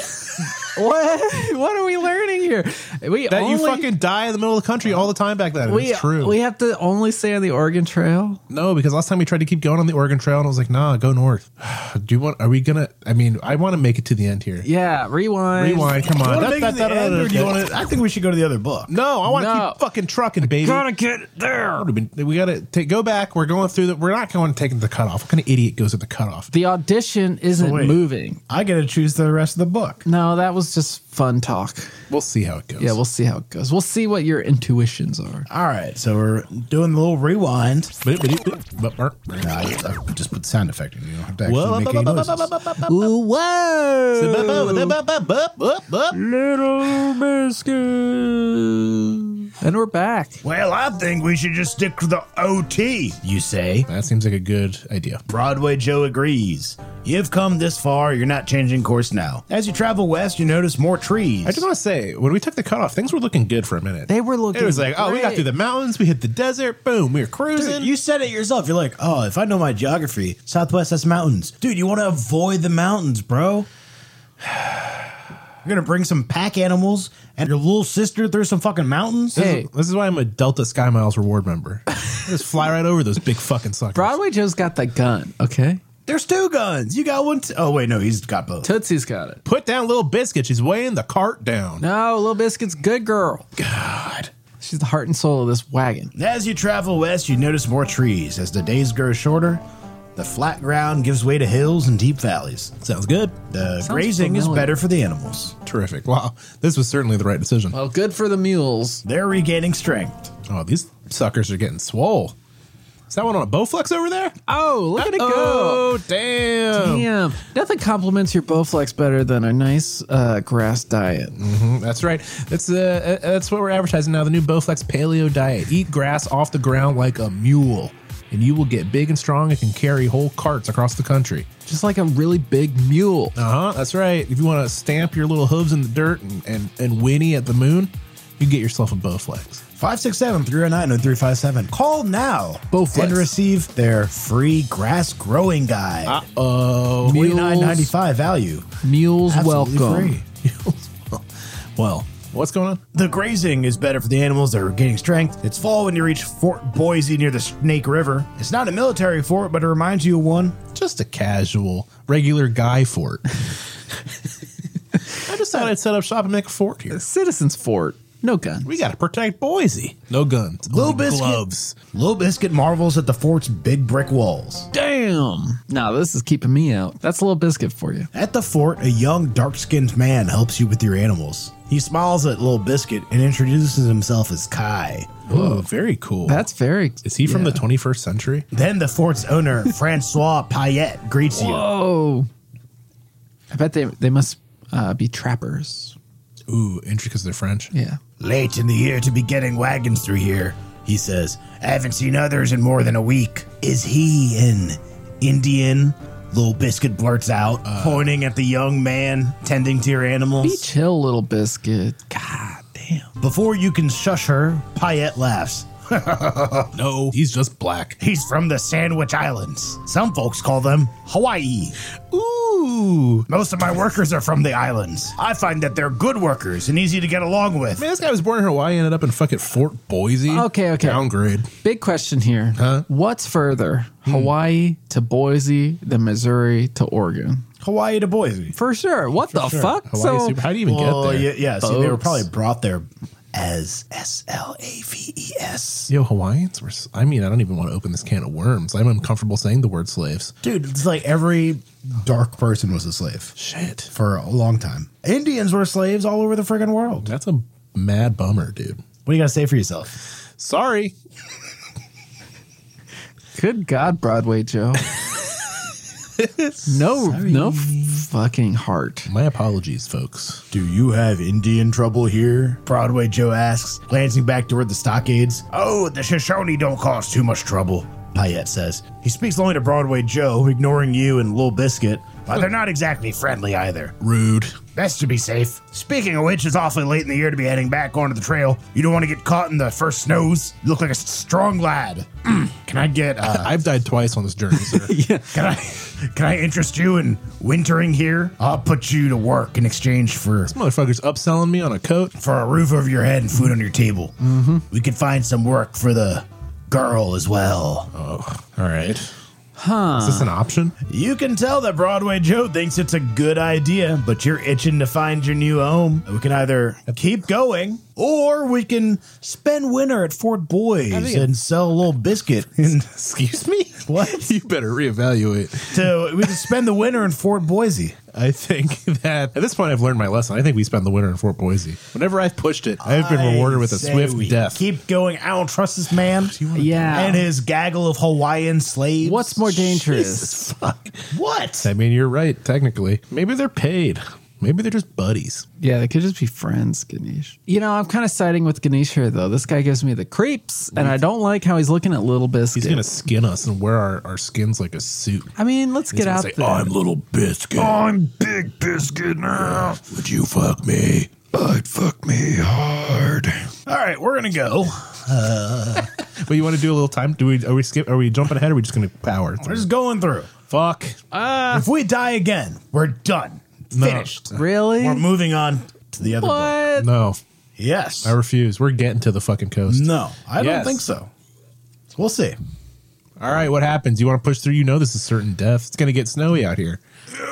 [SPEAKER 3] what? What are we learning here? We
[SPEAKER 1] That
[SPEAKER 3] only.
[SPEAKER 1] you fucking die in the middle of the country all the time back then.
[SPEAKER 3] we,
[SPEAKER 1] it's true.
[SPEAKER 3] we have to only stay on the Oregon Trail.
[SPEAKER 1] no, because last time we tried to keep going on the Oregon Trail, and I was like, "Nah, go north." Do you want? Are we gonna? I mean, I want to make it to the end here.
[SPEAKER 3] Yeah, rewind.
[SPEAKER 1] Rewind. Come on.
[SPEAKER 2] You wanna
[SPEAKER 1] Da-
[SPEAKER 2] make
[SPEAKER 1] da-
[SPEAKER 2] it to
[SPEAKER 1] da-
[SPEAKER 2] the
[SPEAKER 1] da-
[SPEAKER 2] end,
[SPEAKER 1] da-
[SPEAKER 2] or do you
[SPEAKER 1] da-
[SPEAKER 2] wanna- I think we should go to the other book.
[SPEAKER 1] No, I want to
[SPEAKER 3] No.
[SPEAKER 1] keep fucking trucking, baby.
[SPEAKER 3] Gotta get there.
[SPEAKER 1] We've been- we gotta take, go back. We're going through the. We're not going to take the cutoff. What kind of idiot goes at the cutoff?
[SPEAKER 3] The audition isn't
[SPEAKER 2] wait.
[SPEAKER 3] moving.
[SPEAKER 2] I get to choose the rest of the book.
[SPEAKER 3] No, that was just fun talk.
[SPEAKER 1] We'll see how it goes.
[SPEAKER 3] Yeah, we'll see how it goes. We'll see what your intuitions are.
[SPEAKER 2] All right, so we're doing the little rewind.
[SPEAKER 1] Well,
[SPEAKER 2] I, I just put the sound effect in. You don't have to actually make any noises.
[SPEAKER 3] Whoa! Little biscuit. And we're back.
[SPEAKER 2] Well, I think we should just stick to the OT, you say.
[SPEAKER 1] That seems like a good idea.
[SPEAKER 2] Broadway Joe agrees. You've come this far, you're not changing course now. As you travel west, you notice more trees.
[SPEAKER 1] I just want to say, when we took the cutoff, things were looking good for a minute.
[SPEAKER 3] They were looking
[SPEAKER 1] It was like, oh, we got
[SPEAKER 3] great.
[SPEAKER 1] through the mountains, we hit the desert, boom, we were cruising.
[SPEAKER 2] Dude, you said it yourself. You're like, oh, if I know my geography, Southwest has mountains. Dude, you want to avoid the mountains, bro. You're going to bring some pack animals and your little sister through some fucking mountains?
[SPEAKER 3] Hey.
[SPEAKER 1] this is why I'm a Delta Sky Miles reward member. I just fly right over those big fucking suckers.
[SPEAKER 3] Broadway Joe's got the gun, okay?
[SPEAKER 2] There's two guns. You got one. T- oh wait, no, he's got both.
[SPEAKER 3] Tootsie's got it.
[SPEAKER 1] Put down little biscuit. She's weighing the cart down.
[SPEAKER 3] No, Little Biscuit's good girl.
[SPEAKER 2] God.
[SPEAKER 3] She's the heart and soul of this wagon.
[SPEAKER 2] As you travel west, you notice more trees. As the days grow shorter, the flat ground gives way to hills and deep valleys.
[SPEAKER 1] Sounds good.
[SPEAKER 2] The
[SPEAKER 3] Sounds
[SPEAKER 2] grazing is
[SPEAKER 3] familiar.
[SPEAKER 2] better for the animals.
[SPEAKER 1] Terrific. Wow. This was certainly the right decision.
[SPEAKER 3] Well, good for the mules.
[SPEAKER 2] They're regaining strength.
[SPEAKER 1] Oh, these suckers are getting swole. Is that one on a Bowflex over there?
[SPEAKER 3] Oh, look at it go.
[SPEAKER 1] Oh, damn.
[SPEAKER 3] Damn. Nothing complements your Bowflex better than a nice uh, grass diet.
[SPEAKER 1] That's right. That's uh, uh, that's what we're advertising now. The new Bowflex Paleo Diet. Eat grass off the ground like a mule, and you will get big and strong and can carry whole carts across the country.
[SPEAKER 3] Just like a really big mule.
[SPEAKER 1] Uh huh. That's right. If you want to stamp your little hooves in the dirt and, and, and whinny at the moon, you get yourself a Bowflex.
[SPEAKER 2] 567 309 0357. Call now
[SPEAKER 3] Bowflex.
[SPEAKER 2] and receive their free grass growing guide.
[SPEAKER 3] Ah.
[SPEAKER 1] Uh oh.
[SPEAKER 3] Mules-
[SPEAKER 2] $49.95 value.
[SPEAKER 3] Mules
[SPEAKER 2] Absolutely
[SPEAKER 3] welcome.
[SPEAKER 2] free.
[SPEAKER 1] Well, what's going on?
[SPEAKER 2] The grazing is better for the animals. They're gaining strength. It's fall when you reach Fort Boise near the Snake River. It's not a military fort, but it reminds you of one.
[SPEAKER 1] Just a casual, regular guy fort. I just thought I'd set up shop and make a fort here.
[SPEAKER 3] Citizens Fort. No gun.
[SPEAKER 1] We got to protect Boise. No guns. Little
[SPEAKER 2] Biscuit.
[SPEAKER 1] gloves.
[SPEAKER 2] Little Biscuit marvels at the fort's big brick walls.
[SPEAKER 3] Damn. Now this is keeping me out. That's a little biscuit for you.
[SPEAKER 2] At the fort, a young, dark skinned man helps you with your animals. He smiles at Little Biscuit and introduces himself as Kai.
[SPEAKER 1] Whoa, very cool.
[SPEAKER 3] That's very.
[SPEAKER 1] Is he from the 21st century?
[SPEAKER 2] Then the fort's owner, Francois Payette, greets you.
[SPEAKER 3] Oh. I bet they they must uh, be trappers.
[SPEAKER 1] Ooh, interesting because they're French.
[SPEAKER 3] Yeah.
[SPEAKER 2] Late in the year to be getting wagons through here, he says. I haven't seen others in more than a week. Is he an Indian? Little Biscuit blurts out, pointing at the young man tending to your
[SPEAKER 3] Be
[SPEAKER 2] animals.
[SPEAKER 3] chill, little biscuit. God damn.
[SPEAKER 2] Before you can shush her, Payette laughs.
[SPEAKER 1] No, he's just black.
[SPEAKER 2] He's from the Sandwich Islands. Some folks call them Hawaii.
[SPEAKER 1] Ooh.
[SPEAKER 2] Most of my workers are from the islands. I find that they're good workers and easy to get along with.
[SPEAKER 1] Man, this guy was born in Hawaii, ended up in fucking Fort Boise.
[SPEAKER 3] Okay, okay.
[SPEAKER 1] Downgrade.
[SPEAKER 3] Big question here. Huh? What's further,
[SPEAKER 1] Hmm.
[SPEAKER 3] Hawaii to Boise, then Missouri to Oregon?
[SPEAKER 2] Hawaii to Boise.
[SPEAKER 3] For sure. What the fuck?
[SPEAKER 1] Hawaii
[SPEAKER 3] so
[SPEAKER 1] super- How do you even get
[SPEAKER 2] Well,
[SPEAKER 1] there?
[SPEAKER 2] yeah, yeah, see, they were
[SPEAKER 3] Boats.
[SPEAKER 2] probably brought there as S L A V E S.
[SPEAKER 1] Yo, Hawaiians were. s- I mean, I don't even want to open this can of worms. I'm uncomfortable saying the word slaves.
[SPEAKER 2] Dude, it's like every dark person was a slave
[SPEAKER 1] Shit.
[SPEAKER 2] for a long time. Indians were slaves all over the friggin' world.
[SPEAKER 1] That's a mad bummer, dude.
[SPEAKER 2] What do you got to say for yourself?
[SPEAKER 1] Sorry.
[SPEAKER 3] good God, Broadway Joe. no, no fucking heart.
[SPEAKER 1] My apologies, folks.
[SPEAKER 2] Do you have Indian trouble here? Broadway Joe asks, glancing back toward the stockades. Oh, the Shoshone don't cause too much trouble, Payette says. He speaks only to Broadway Joe, ignoring you and Lil Biscuit. Well, they're not exactly friendly either.
[SPEAKER 1] Rude.
[SPEAKER 2] Best to be safe. Speaking of which, it's awfully late in the year to be heading back onto the trail. You don't want to get caught in the first snows. You look like a s- strong lad. Mm, Can I get? Uh,
[SPEAKER 1] I've died twice on this journey, sir.
[SPEAKER 2] can I? Can I interest you in wintering here? I'll put you to work in exchange for
[SPEAKER 1] Motherfucker's upselling me on a coat.
[SPEAKER 2] for a roof over your head and food on your table. Mm-hmm. We could find some work for the girl as well.
[SPEAKER 1] Oh, all right. Huh. Is this an option?
[SPEAKER 2] You can tell that Broadway Joe thinks it's a good idea, but you're itching to find your new home. We can either keep going or we can spend winter at Fort Boys
[SPEAKER 1] think-
[SPEAKER 2] and sell a little biscuit. And
[SPEAKER 1] Excuse me?
[SPEAKER 2] what?
[SPEAKER 1] You better reevaluate.
[SPEAKER 2] so we can spend the winter in Fort Boise.
[SPEAKER 1] I think that at this point I've learned my lesson. I think we spend the winter in Fort Boise. Whenever I've pushed it, I've been rewarded with a
[SPEAKER 2] I say
[SPEAKER 1] swift
[SPEAKER 2] we
[SPEAKER 1] death.
[SPEAKER 2] Keep going. I don't trust this man.
[SPEAKER 3] Yeah.
[SPEAKER 2] And his gaggle of Hawaiian slaves.
[SPEAKER 3] What's more dangerous?
[SPEAKER 1] Jesus fuck.
[SPEAKER 2] What?
[SPEAKER 1] I mean, you're right, technically. Maybe they're paid. Maybe they're just buddies.
[SPEAKER 3] Yeah, they could just be friends, Ganesh. You know, I'm kind of siding with Ganesh here, though. This guy gives me the creeps, and I don't like how he's looking at Little Biscuit.
[SPEAKER 1] He's gonna skin us and wear our, our skins like a suit.
[SPEAKER 3] I mean, let's
[SPEAKER 1] He's
[SPEAKER 3] get
[SPEAKER 1] gonna
[SPEAKER 3] out
[SPEAKER 1] say, "Oh,
[SPEAKER 3] there.
[SPEAKER 1] I'm little biscuit. I'm big biscuit now. Would you fuck me? I'd fuck me hard.
[SPEAKER 2] All right, we're gonna go.
[SPEAKER 1] But you want to do a little time? Do we? Are we skip? Are we jumping ahead? Or are we just gonna power?
[SPEAKER 2] We're just going through.
[SPEAKER 1] Fuck.
[SPEAKER 3] Ah,
[SPEAKER 2] if we die again, we're done. Finished.
[SPEAKER 3] really?
[SPEAKER 2] We're moving on to the other book.
[SPEAKER 3] What?
[SPEAKER 1] No,
[SPEAKER 2] Yes.
[SPEAKER 1] I refuse. We're getting to the fucking coast.
[SPEAKER 2] No, I
[SPEAKER 1] Yes.
[SPEAKER 2] don't think so. We'll see.
[SPEAKER 1] All right, what happens? You want to push through? You know this is certain death. It's going to get snowy out here.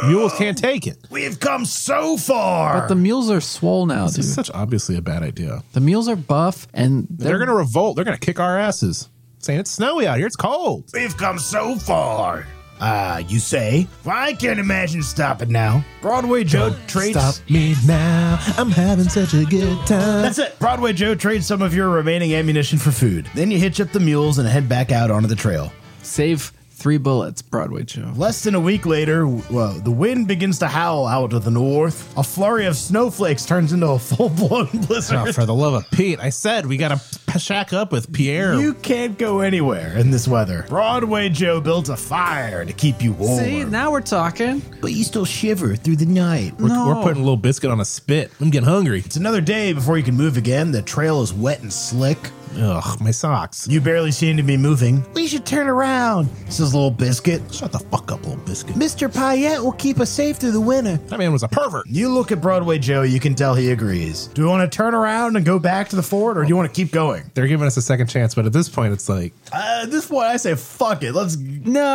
[SPEAKER 1] Mules can't take it.
[SPEAKER 2] We have come so far.
[SPEAKER 3] But the mules are swole now, dude.
[SPEAKER 1] This is such obviously a bad idea.
[SPEAKER 3] The mules are buff, and
[SPEAKER 1] They're,
[SPEAKER 3] they're,
[SPEAKER 1] going to revolt. They're going to kick our asses, saying it's snowy out here. It's cold.
[SPEAKER 2] We've come so far. Ah, you say? I can't imagine stopping now. Broadway Joe trades.
[SPEAKER 1] me now. I'm having such a good time.
[SPEAKER 2] That's it. Broadway Joe trades some of your remaining ammunition for food. Then you hitch up the mules and head back out onto the trail.
[SPEAKER 3] save three bullets, Broadway Joe.
[SPEAKER 2] Less than a week later, well, the wind begins to howl out of the north. A flurry of snowflakes turns into a full blown
[SPEAKER 1] Oh,
[SPEAKER 2] blizzard.
[SPEAKER 1] for the love of Pete, I said we got to shack up with Pierre.
[SPEAKER 2] You can't go anywhere in this weather. Broadway Joe builds a fire to keep you warm.
[SPEAKER 3] See, now we're talking.
[SPEAKER 2] but you still shiver through the night.
[SPEAKER 1] we're,
[SPEAKER 3] No.
[SPEAKER 1] we're putting a little biscuit on a spit. I'm getting hungry.
[SPEAKER 2] It's another day before you can move again. The trail is wet and slick.
[SPEAKER 1] Ugh, my socks.
[SPEAKER 2] You barely seem to be moving. We should turn around, says Little Biscuit.
[SPEAKER 1] Shut the fuck up, little biscuit.
[SPEAKER 2] Mr. Payette will keep us safe through the winter.
[SPEAKER 1] That man was a pervert.
[SPEAKER 2] You look at Broadway Joe, you can tell he agrees. Do we want to turn around and go back to the fort, or do you want to keep going?
[SPEAKER 1] They're giving us a second chance, but at this point, it's like
[SPEAKER 2] Uh, at this point, I say, fuck it. Let's.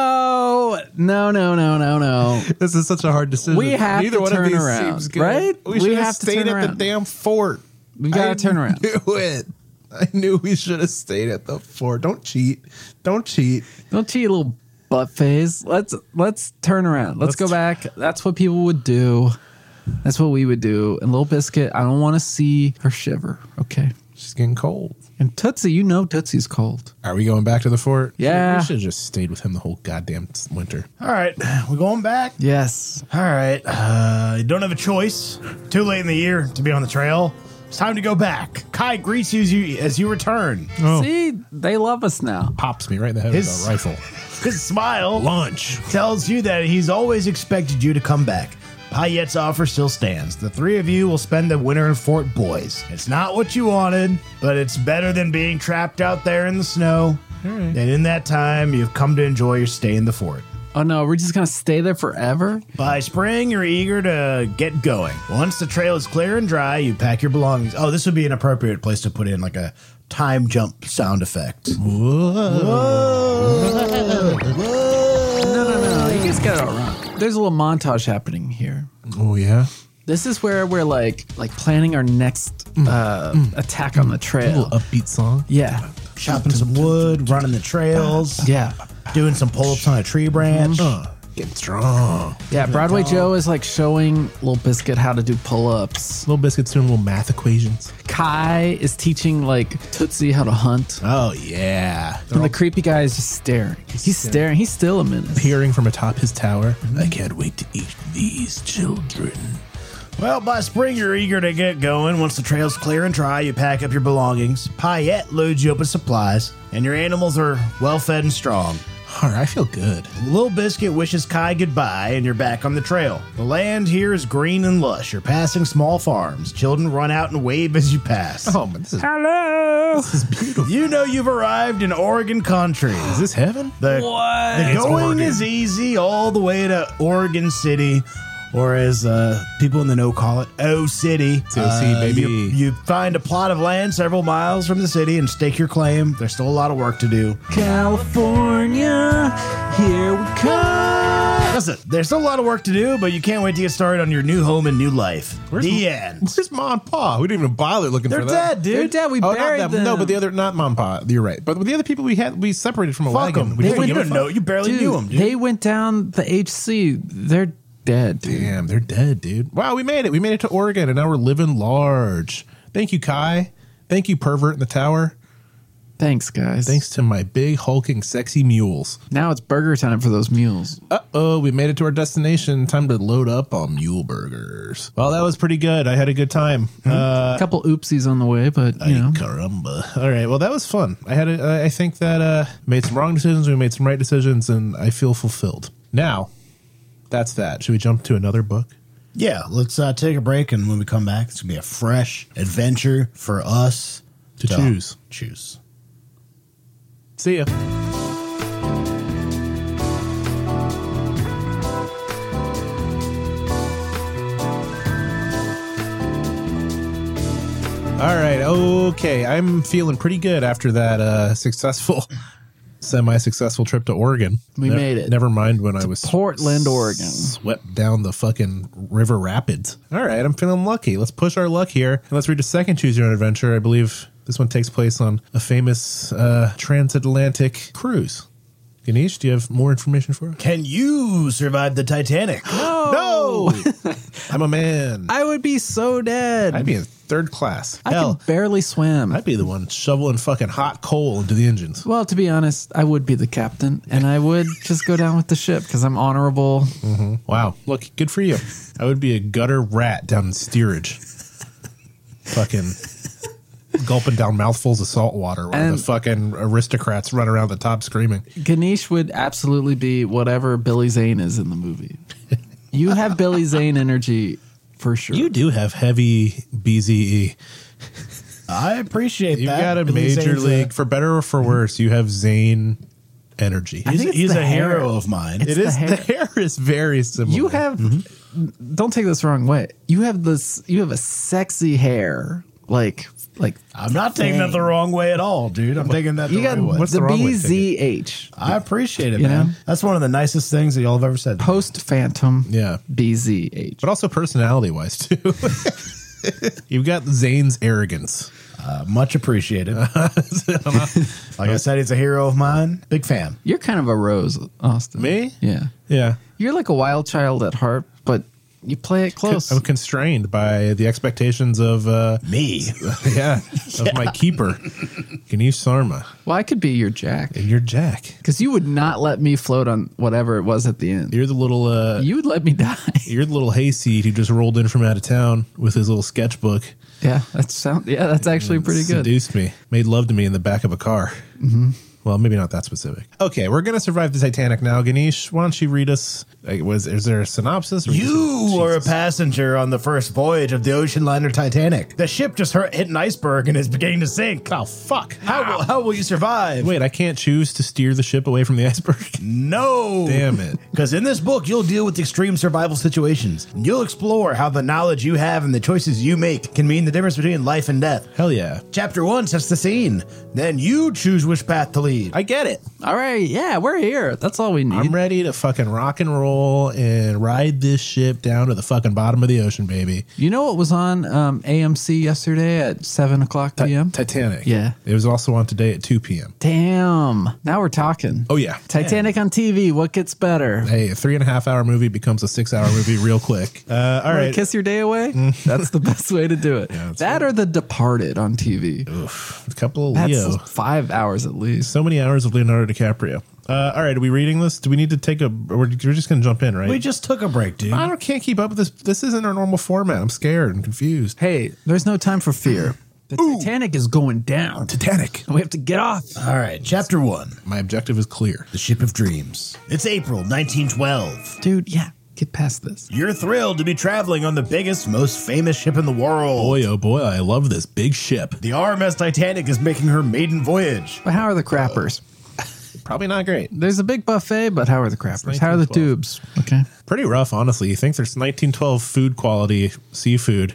[SPEAKER 3] No, no, no, no, no, no.
[SPEAKER 1] this is such a hard decision.
[SPEAKER 3] We have to turn around, right?
[SPEAKER 1] We
[SPEAKER 3] We
[SPEAKER 1] should have
[SPEAKER 3] have to
[SPEAKER 1] stayed at
[SPEAKER 3] turn
[SPEAKER 1] the
[SPEAKER 3] around.
[SPEAKER 1] damn fort.
[SPEAKER 3] We've gotta
[SPEAKER 1] I
[SPEAKER 3] turn around.
[SPEAKER 1] Knew it. I knew we should have stayed at the fort. Don't cheat. Don't cheat.
[SPEAKER 3] Don't cheat, little butt face. Let's let's turn around. Let's, go back. That's what people would do. That's what we would do. And little biscuit, I don't want to see her shiver. Okay.
[SPEAKER 1] She's getting cold.
[SPEAKER 3] And Tootsie, you know Tootsie's cold.
[SPEAKER 1] Are we going back to the fort?
[SPEAKER 3] Yeah.
[SPEAKER 1] We should have just stayed with him the whole goddamn winter.
[SPEAKER 2] All right, we're going back.
[SPEAKER 3] Yes.
[SPEAKER 2] All right, uh, you don't have a choice. Too late in the year to be on the trail. It's time to go back. Kai greets you as you, as you return.
[SPEAKER 3] See, they love us now.
[SPEAKER 1] Pops me right in the head
[SPEAKER 2] His-
[SPEAKER 1] with a rifle.
[SPEAKER 2] His smile
[SPEAKER 1] Lunch.
[SPEAKER 2] tells you that he's always expected you to come back. Payette's offer still stands. The three of you will spend the winter in Fort Boys. It's not what you wanted, but it's better than being trapped out there in the snow. And in that time, you've come to enjoy your stay in the fort.
[SPEAKER 3] Oh no, we're just gonna stay there forever.
[SPEAKER 2] By spring, you're eager to get going. Once the trail is clear and dry, you pack your belongings. Oh, this would be an appropriate place to put in like a time jump sound effect.
[SPEAKER 3] No, no, no. You guys got it all wrong. There's a little montage happening here.
[SPEAKER 1] Oh yeah.
[SPEAKER 3] This is where we're like like planning our next uh, attack on the trail.
[SPEAKER 1] upbeat song.
[SPEAKER 3] Yeah.
[SPEAKER 2] Chopping some wood, running the trails,
[SPEAKER 3] Yeah.
[SPEAKER 2] doing some pull ups on a tree branch.
[SPEAKER 1] Getting strong.
[SPEAKER 3] Yeah. Broadway Joe is like showing Little Biscuit how to do pull ups.
[SPEAKER 1] Little biscuits doing little math equations.
[SPEAKER 3] Kai is teaching like Tootsie how to
[SPEAKER 2] Uh,
[SPEAKER 3] hunt.
[SPEAKER 1] Oh yeah.
[SPEAKER 3] And the creepy guy is just staring. He's staring. He's still a menace.
[SPEAKER 1] Peering from atop his tower. I can't wait to eat these children.
[SPEAKER 2] Well, by spring, you're eager to get going. Once the trail's clear and dry, you pack up your belongings. Payette loads you up with supplies, and your animals are well fed and strong.
[SPEAKER 1] All right, I feel good.
[SPEAKER 2] Little Biscuit wishes Kai goodbye, and you're back on the trail. The land here is green and lush. You're passing small farms. Children run out and wave as you pass.
[SPEAKER 1] Oh, man, this is,
[SPEAKER 3] Hello.
[SPEAKER 2] You know you've arrived in Oregon country.
[SPEAKER 1] is this heaven?
[SPEAKER 2] The,
[SPEAKER 3] What?
[SPEAKER 2] the
[SPEAKER 1] It's
[SPEAKER 2] going
[SPEAKER 1] Oregon.
[SPEAKER 2] is easy all the way to Oregon City, or as uh, people in the know call it, O City. Uh,
[SPEAKER 1] O City, baby.
[SPEAKER 2] You, you find a plot of land several miles from the city and stake your claim. There's still a lot of work to do.
[SPEAKER 3] California, here we come.
[SPEAKER 2] Listen, there's still a lot of work to do, but you can't wait to get started on your new home and new life. the
[SPEAKER 1] m-
[SPEAKER 2] end.
[SPEAKER 1] Where's mom and pa? We didn't even bother looking
[SPEAKER 2] They're
[SPEAKER 1] for that.
[SPEAKER 2] dead, dude.
[SPEAKER 3] They're dead. We
[SPEAKER 1] Oh, not
[SPEAKER 3] buried
[SPEAKER 1] that,
[SPEAKER 3] them.
[SPEAKER 1] no, but the other, not mom and pa. You're right. But the other people we had, we separated from a
[SPEAKER 2] Fuck
[SPEAKER 1] wagon.
[SPEAKER 2] them.
[SPEAKER 1] We
[SPEAKER 2] They
[SPEAKER 1] didn't
[SPEAKER 2] wouldn't
[SPEAKER 1] give a
[SPEAKER 2] have
[SPEAKER 1] fuck.
[SPEAKER 2] known. You barely
[SPEAKER 3] Dude,
[SPEAKER 2] knew them, dude.
[SPEAKER 3] They went down the HC. They're dead, dude.
[SPEAKER 1] Damn, they're dead, dude. Wow, we made it. We made it to Oregon, and now we're living large. Thank you, Kai. Thank you, pervert in the tower.
[SPEAKER 3] Thanks, guys.
[SPEAKER 1] Thanks to my big hulking sexy mules.
[SPEAKER 3] Now it's burger time for those mules.
[SPEAKER 1] Uh oh, we made it to our destination. Time to load up on mule burgers. Well, that was pretty good. I had a good time. Uh,
[SPEAKER 3] a couple oopsies on the way, but you know.
[SPEAKER 1] Ay, caramba. All right. Well, that was fun. I had. A, I think that uh, made some wrong decisions. We made some right decisions, and I feel fulfilled. Now, that's that. Should we jump to another book?
[SPEAKER 2] Yeah, let's uh, take a break, and when we come back, it's gonna be a fresh adventure for us
[SPEAKER 1] To choose.
[SPEAKER 2] Choose.
[SPEAKER 1] See ya. All right, okay. I'm feeling pretty good after that uh, successful semi-successful trip to Oregon.
[SPEAKER 3] We made it.
[SPEAKER 1] Never mind when I was
[SPEAKER 3] Portland, Oregon.
[SPEAKER 1] swept down the fucking river rapids. All right, I'm feeling lucky. Let's push our luck here and let's read a second choose your own adventure. I believe this one takes place on a famous uh, transatlantic cruise. Ganesh, do you have more information for us?
[SPEAKER 2] Can you survive the Titanic?
[SPEAKER 1] No, I'm a man.
[SPEAKER 3] I would be so dead.
[SPEAKER 1] I'd be in third class.
[SPEAKER 3] I
[SPEAKER 1] Hell,
[SPEAKER 3] could barely swim.
[SPEAKER 1] I'd be the one shoveling fucking hot coal into the engines.
[SPEAKER 3] well, to be honest, I would be the captain, and I would just go down with the ship because I'm honorable.
[SPEAKER 1] Wow. Look, good for you. I would be a gutter rat down in steerage. fucking gulping down mouthfuls of salt water while the
[SPEAKER 3] And-
[SPEAKER 1] fucking aristocrats run around the top screaming.
[SPEAKER 3] Ganesh would absolutely be whatever Billy Zane is in the movie. You have Billy Zane energy for sure.
[SPEAKER 1] You do have heavy E. BZE.
[SPEAKER 2] I appreciate
[SPEAKER 1] You've
[SPEAKER 2] that.
[SPEAKER 1] got a
[SPEAKER 2] Billy
[SPEAKER 1] major
[SPEAKER 2] Zane's a-
[SPEAKER 1] league, for better or for worse, you have Zane energy.
[SPEAKER 2] He's,
[SPEAKER 3] think it's
[SPEAKER 2] he's
[SPEAKER 3] the
[SPEAKER 2] a
[SPEAKER 3] hair.
[SPEAKER 2] hero of mine.
[SPEAKER 1] It
[SPEAKER 3] the
[SPEAKER 1] is the
[SPEAKER 3] hair.
[SPEAKER 1] hair is very similar.
[SPEAKER 3] You have
[SPEAKER 1] Mm-hmm.
[SPEAKER 3] don't take this the wrong way. You have this you have a sexy hair. Like like
[SPEAKER 2] I'm not taking that
[SPEAKER 3] Dang.
[SPEAKER 2] the wrong way at all, dude. I'm taking that
[SPEAKER 3] you
[SPEAKER 2] the
[SPEAKER 3] got
[SPEAKER 2] right way.
[SPEAKER 1] what's
[SPEAKER 3] the
[SPEAKER 1] the wrong way to
[SPEAKER 3] BZH
[SPEAKER 2] I appreciate it,
[SPEAKER 3] You
[SPEAKER 2] man.
[SPEAKER 3] know?
[SPEAKER 2] That's one of the nicest things that y'all have ever said. to me.
[SPEAKER 3] post phantom
[SPEAKER 1] Yeah.
[SPEAKER 3] BZH.
[SPEAKER 1] But also personality wise too. You've got Zane's arrogance.
[SPEAKER 2] Uh, much appreciated. like I said, he's a hero of mine. Big fan.
[SPEAKER 3] You're kind of a rose, Austin.
[SPEAKER 1] Me?
[SPEAKER 3] Yeah.
[SPEAKER 1] Yeah.
[SPEAKER 3] You're like a wild child at heart, but you play it close.
[SPEAKER 1] I'm constrained by the expectations of uh
[SPEAKER 2] Me.
[SPEAKER 1] yeah, of my keeper, Ganesh Sarma.
[SPEAKER 3] Well, I could be your Jack
[SPEAKER 1] And you're Jack.
[SPEAKER 3] because you would not let me float on whatever it was at the end.
[SPEAKER 1] You're the little uh
[SPEAKER 3] You would let me die.
[SPEAKER 1] you're the little hayseed who just rolled in from out of town with his little sketchbook.
[SPEAKER 3] Yeah, that sound. Yeah, that's actually pretty good.
[SPEAKER 1] Seduced me, made love to me in the back of a car. Well, maybe not that specific. Okay, we're gonna survive the Titanic now. Ganesh, why don't you read us? Like, was is there a synopsis? Or
[SPEAKER 2] You
[SPEAKER 1] just-
[SPEAKER 2] were a passenger on the first voyage of the ocean liner Titanic. The ship just hurt, hit an iceberg and is beginning to sink.
[SPEAKER 1] oh fuck!
[SPEAKER 2] How will, how will you survive?
[SPEAKER 1] Wait, I can't choose to steer the ship away from the iceberg.
[SPEAKER 2] No.
[SPEAKER 1] Damn it!
[SPEAKER 2] Because in this book, you'll deal with extreme survival situations. You'll explore how the knowledge you have and the choices you make can mean the difference between life and death.
[SPEAKER 1] Hell yeah!
[SPEAKER 2] Chapter 1 sets the scene. Then you choose which path to lead.
[SPEAKER 1] I get it.
[SPEAKER 3] All right, yeah, we're here. That's all we need.
[SPEAKER 1] I'm ready to fucking rock and roll and ride this ship down to the fucking bottom of the ocean, baby.
[SPEAKER 3] you know what was on um, AMC yesterday at seven o'clock p.m.
[SPEAKER 1] Titanic.
[SPEAKER 3] Yeah.
[SPEAKER 1] It was also on today at 2 p.m.
[SPEAKER 3] Damn, now we're talking.
[SPEAKER 1] Oh, yeah.
[SPEAKER 3] Titanic on TV. What gets better?
[SPEAKER 1] Hey, a three and a half hour movie becomes a six hour movie real quick. Uh, all
[SPEAKER 3] Wanna
[SPEAKER 1] right. Mm.
[SPEAKER 3] kiss your day away. That's the best way to do it. that or The Departed on TV.
[SPEAKER 1] A couple of
[SPEAKER 3] That's
[SPEAKER 1] Leo.
[SPEAKER 3] five hours at least.
[SPEAKER 1] So many hours of Leonardo DiCaprio. Uh, all right. Are we reading this? Do we need to take a. We're, we're just going to jump in, right?
[SPEAKER 2] We just took a break, dude.
[SPEAKER 1] I don't, can't keep up with this. This isn't our normal format. I'm scared and confused.
[SPEAKER 3] Hey, there's no time for fear. The Titanic is going down.
[SPEAKER 1] Titanic.
[SPEAKER 3] We have to get off.
[SPEAKER 2] All right, chapter 1
[SPEAKER 1] My objective is clear.
[SPEAKER 2] The Ship of Dreams. It's April 1912.
[SPEAKER 3] Dude, yeah, get past this.
[SPEAKER 2] You're thrilled to be traveling on the biggest, most famous ship in the world.
[SPEAKER 1] Boy, oh boy, I love this big ship.
[SPEAKER 2] The RMS Titanic is making her maiden voyage.
[SPEAKER 3] But how are the crappers?
[SPEAKER 1] Probably not great.
[SPEAKER 3] There's a big buffet, but how are the crappers? How are the
[SPEAKER 1] 1912.
[SPEAKER 3] dubs? Okay.
[SPEAKER 1] pretty rough, honestly. You think there's 1912 food quality seafood,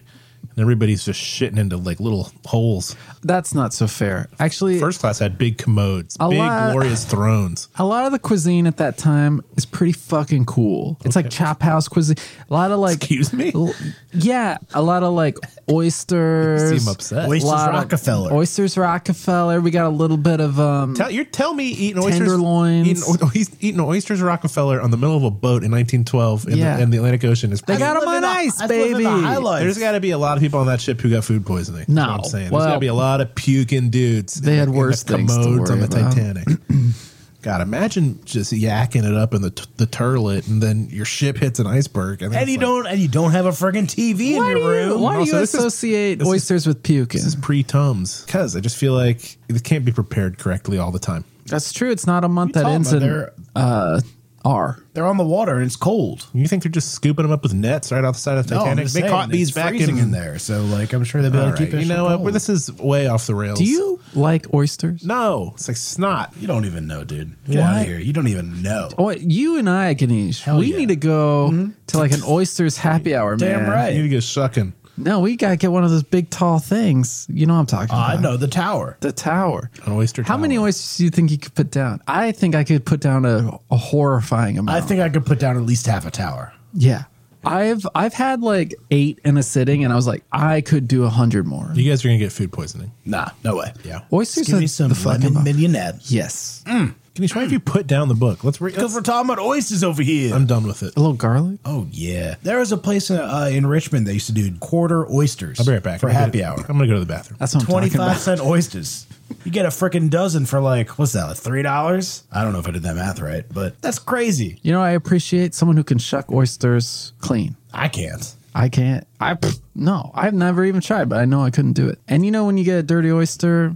[SPEAKER 1] and everybody's just shitting into like little holes.
[SPEAKER 3] That's not so fair. Actually,
[SPEAKER 1] First class had big commodes,
[SPEAKER 3] A
[SPEAKER 1] big
[SPEAKER 3] lot-
[SPEAKER 1] glorious thrones.
[SPEAKER 3] a lot of the cuisine at that time is pretty fucking cool. It's like chop house cuisine. A lot of like
[SPEAKER 1] Excuse me?
[SPEAKER 3] l- yeah, a lot of like oysters.
[SPEAKER 1] You seem upset.
[SPEAKER 2] Oysters
[SPEAKER 3] lot of-
[SPEAKER 2] Rockefeller.
[SPEAKER 3] Oysters Rockefeller. We got a little bit of um
[SPEAKER 1] Tell, you tell me eating oysters,
[SPEAKER 3] Tenderloins.
[SPEAKER 1] Eating, o- oys- eating oysters Rockefeller on the middle of a boat in 1912 in,
[SPEAKER 3] Yeah.
[SPEAKER 1] the, in the Atlantic Ocean is
[SPEAKER 3] They
[SPEAKER 1] pretty.
[SPEAKER 3] got 'em on ice, baby.
[SPEAKER 1] There's got to be a lot of people on that ship who got food poisoning. is
[SPEAKER 3] No.
[SPEAKER 1] what I'm saying there's
[SPEAKER 3] Well-
[SPEAKER 1] got to be a lot of puking dudes. in
[SPEAKER 3] They had
[SPEAKER 1] the- in
[SPEAKER 3] worse
[SPEAKER 1] the
[SPEAKER 3] things to
[SPEAKER 1] commodes on the
[SPEAKER 3] worry about.
[SPEAKER 1] Titanic. God, imagine just yakking it up in the t- the turlet, and then your ship hits an iceberg, and, then
[SPEAKER 2] and
[SPEAKER 1] it's
[SPEAKER 2] you
[SPEAKER 1] like,
[SPEAKER 2] don't and you don't have a friggin' TV
[SPEAKER 3] why
[SPEAKER 2] in
[SPEAKER 3] do
[SPEAKER 2] your
[SPEAKER 3] you,
[SPEAKER 2] room.
[SPEAKER 3] why do
[SPEAKER 1] Also,
[SPEAKER 3] you
[SPEAKER 1] this is-
[SPEAKER 3] associate oysters with puking?
[SPEAKER 1] This is pre Tums because I just feel like it can't be prepared correctly all the time.
[SPEAKER 3] That's true. It's not a month that
[SPEAKER 2] talking
[SPEAKER 3] ends
[SPEAKER 2] about
[SPEAKER 3] in
[SPEAKER 2] there?
[SPEAKER 3] uh, R.
[SPEAKER 2] They're on the water and it's cold.
[SPEAKER 1] You think they're just scooping them up with nets right outside of the
[SPEAKER 2] I'm
[SPEAKER 1] Titanic?
[SPEAKER 2] just
[SPEAKER 1] they
[SPEAKER 2] saying,
[SPEAKER 1] caught these
[SPEAKER 2] it's
[SPEAKER 1] back
[SPEAKER 2] freezing
[SPEAKER 1] in,
[SPEAKER 2] in there, so like I'm sure they'll be
[SPEAKER 1] All
[SPEAKER 2] able
[SPEAKER 1] right,
[SPEAKER 2] to keep it.
[SPEAKER 1] you know what? Well, This is way off the rails.
[SPEAKER 3] Do you like oysters?
[SPEAKER 1] No, it's like snot.
[SPEAKER 2] you don't even know, dude. Get out of here. You don't even know.
[SPEAKER 3] Oh, wait, you and I, Ganesh, we
[SPEAKER 2] yeah. Mm-hmm.
[SPEAKER 3] need to go to like an oysters happy hour, man.
[SPEAKER 2] Damn right.
[SPEAKER 1] You need to get shucking.
[SPEAKER 3] No, we gotta get one of those big tall things. You know what I'm talking
[SPEAKER 2] Oh, I
[SPEAKER 3] about.
[SPEAKER 2] know the tower.
[SPEAKER 3] The tower.
[SPEAKER 1] An oyster.
[SPEAKER 3] How many
[SPEAKER 1] tower.
[SPEAKER 3] oysters do you think you could put down? I think I could put down a, a horrifying amount.
[SPEAKER 2] I think I could put down at least half a tower.
[SPEAKER 3] yeah. I've I've had like eight in a sitting, and I was like, I could do a hundred more.
[SPEAKER 1] You guys are gonna get food poisoning.
[SPEAKER 2] Nah, no way. Yeah.
[SPEAKER 3] Oysters
[SPEAKER 2] Give
[SPEAKER 3] are
[SPEAKER 2] me some
[SPEAKER 3] the fucking
[SPEAKER 2] lemon
[SPEAKER 3] bomb.
[SPEAKER 2] mignonette.
[SPEAKER 3] Yes,
[SPEAKER 1] Can you try if you put down the book? Let's read.
[SPEAKER 2] Because we're talking about oysters over here.
[SPEAKER 1] I'm done with it.
[SPEAKER 3] a little garlic.
[SPEAKER 2] oh, yeah. There was a place in, uh, in Richmond that used to do quarter oysters.
[SPEAKER 1] I'll be right back
[SPEAKER 2] For
[SPEAKER 1] I'm gonna-
[SPEAKER 2] happy hour.
[SPEAKER 1] I'm gonna go to the bathroom.
[SPEAKER 3] That's what I'm talking
[SPEAKER 2] 25
[SPEAKER 3] about.
[SPEAKER 2] cent oysters. You get a freaking dozen for like, what's that, like $3? I don't know if I did that math right, but that's crazy.
[SPEAKER 3] You know, I appreciate someone who can shuck oysters clean.
[SPEAKER 2] I can't.
[SPEAKER 3] I can't. I no. I've never even tried, but I know I couldn't do it. And you know, when you get a dirty oyster,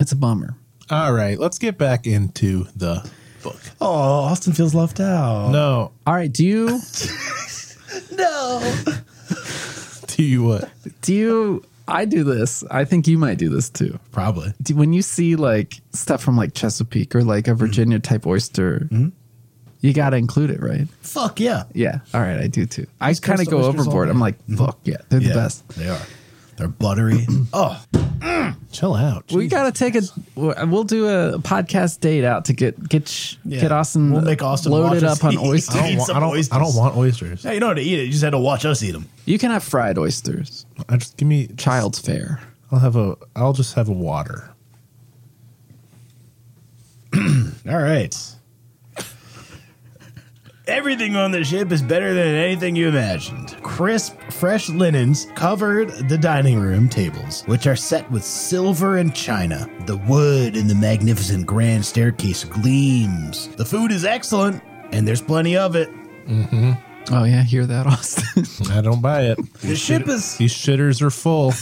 [SPEAKER 3] it's a bummer.
[SPEAKER 1] All right, let's get back into the book.
[SPEAKER 2] Oh, Austin feels left out.
[SPEAKER 1] No,
[SPEAKER 3] All right, do you
[SPEAKER 1] do you what?
[SPEAKER 3] do you? I do this. I think you might do this too.
[SPEAKER 2] Probably.
[SPEAKER 3] Do, when you see like stuff from like Chesapeake or like a Virginia type oyster, you got to include it, right?
[SPEAKER 2] Fuck yeah.
[SPEAKER 3] Yeah. All right, I do too. I
[SPEAKER 2] Coast
[SPEAKER 3] kind of go
[SPEAKER 2] oysters all
[SPEAKER 3] overboard.
[SPEAKER 2] day.
[SPEAKER 3] I'm like, fuck Mm-hmm. yeah, they're the
[SPEAKER 2] Yeah,
[SPEAKER 3] best.
[SPEAKER 2] They are. They're buttery. oh,
[SPEAKER 1] Chill out.
[SPEAKER 3] We
[SPEAKER 1] Jesus.
[SPEAKER 3] gotta take a. We'll do a podcast date out to get get sh- get Austin.
[SPEAKER 2] We'll make Austin watch
[SPEAKER 3] loaded
[SPEAKER 2] us
[SPEAKER 3] up on
[SPEAKER 2] eat.
[SPEAKER 1] I
[SPEAKER 3] oysters.
[SPEAKER 1] don't,
[SPEAKER 2] Eat
[SPEAKER 1] want,
[SPEAKER 2] some
[SPEAKER 1] I, don't,
[SPEAKER 2] oysters.
[SPEAKER 1] I don't want oysters.
[SPEAKER 2] yeah, you know how to eat it. You just had to watch us eat them.
[SPEAKER 3] You can have fried oysters.
[SPEAKER 1] I just give me.
[SPEAKER 3] Child's fair.
[SPEAKER 1] I'll have a. I'll just have a water.
[SPEAKER 2] All right. Everything on the ship is better than anything you imagined. Crisp, fresh linens covered the dining room tables, which are set with silver and china. The wood in the magnificent grand staircase gleams. The food is excellent, and there's plenty of it.
[SPEAKER 3] Oh yeah, hear that, Austin?
[SPEAKER 1] I don't buy it.
[SPEAKER 2] The ship is
[SPEAKER 1] These shitters are full.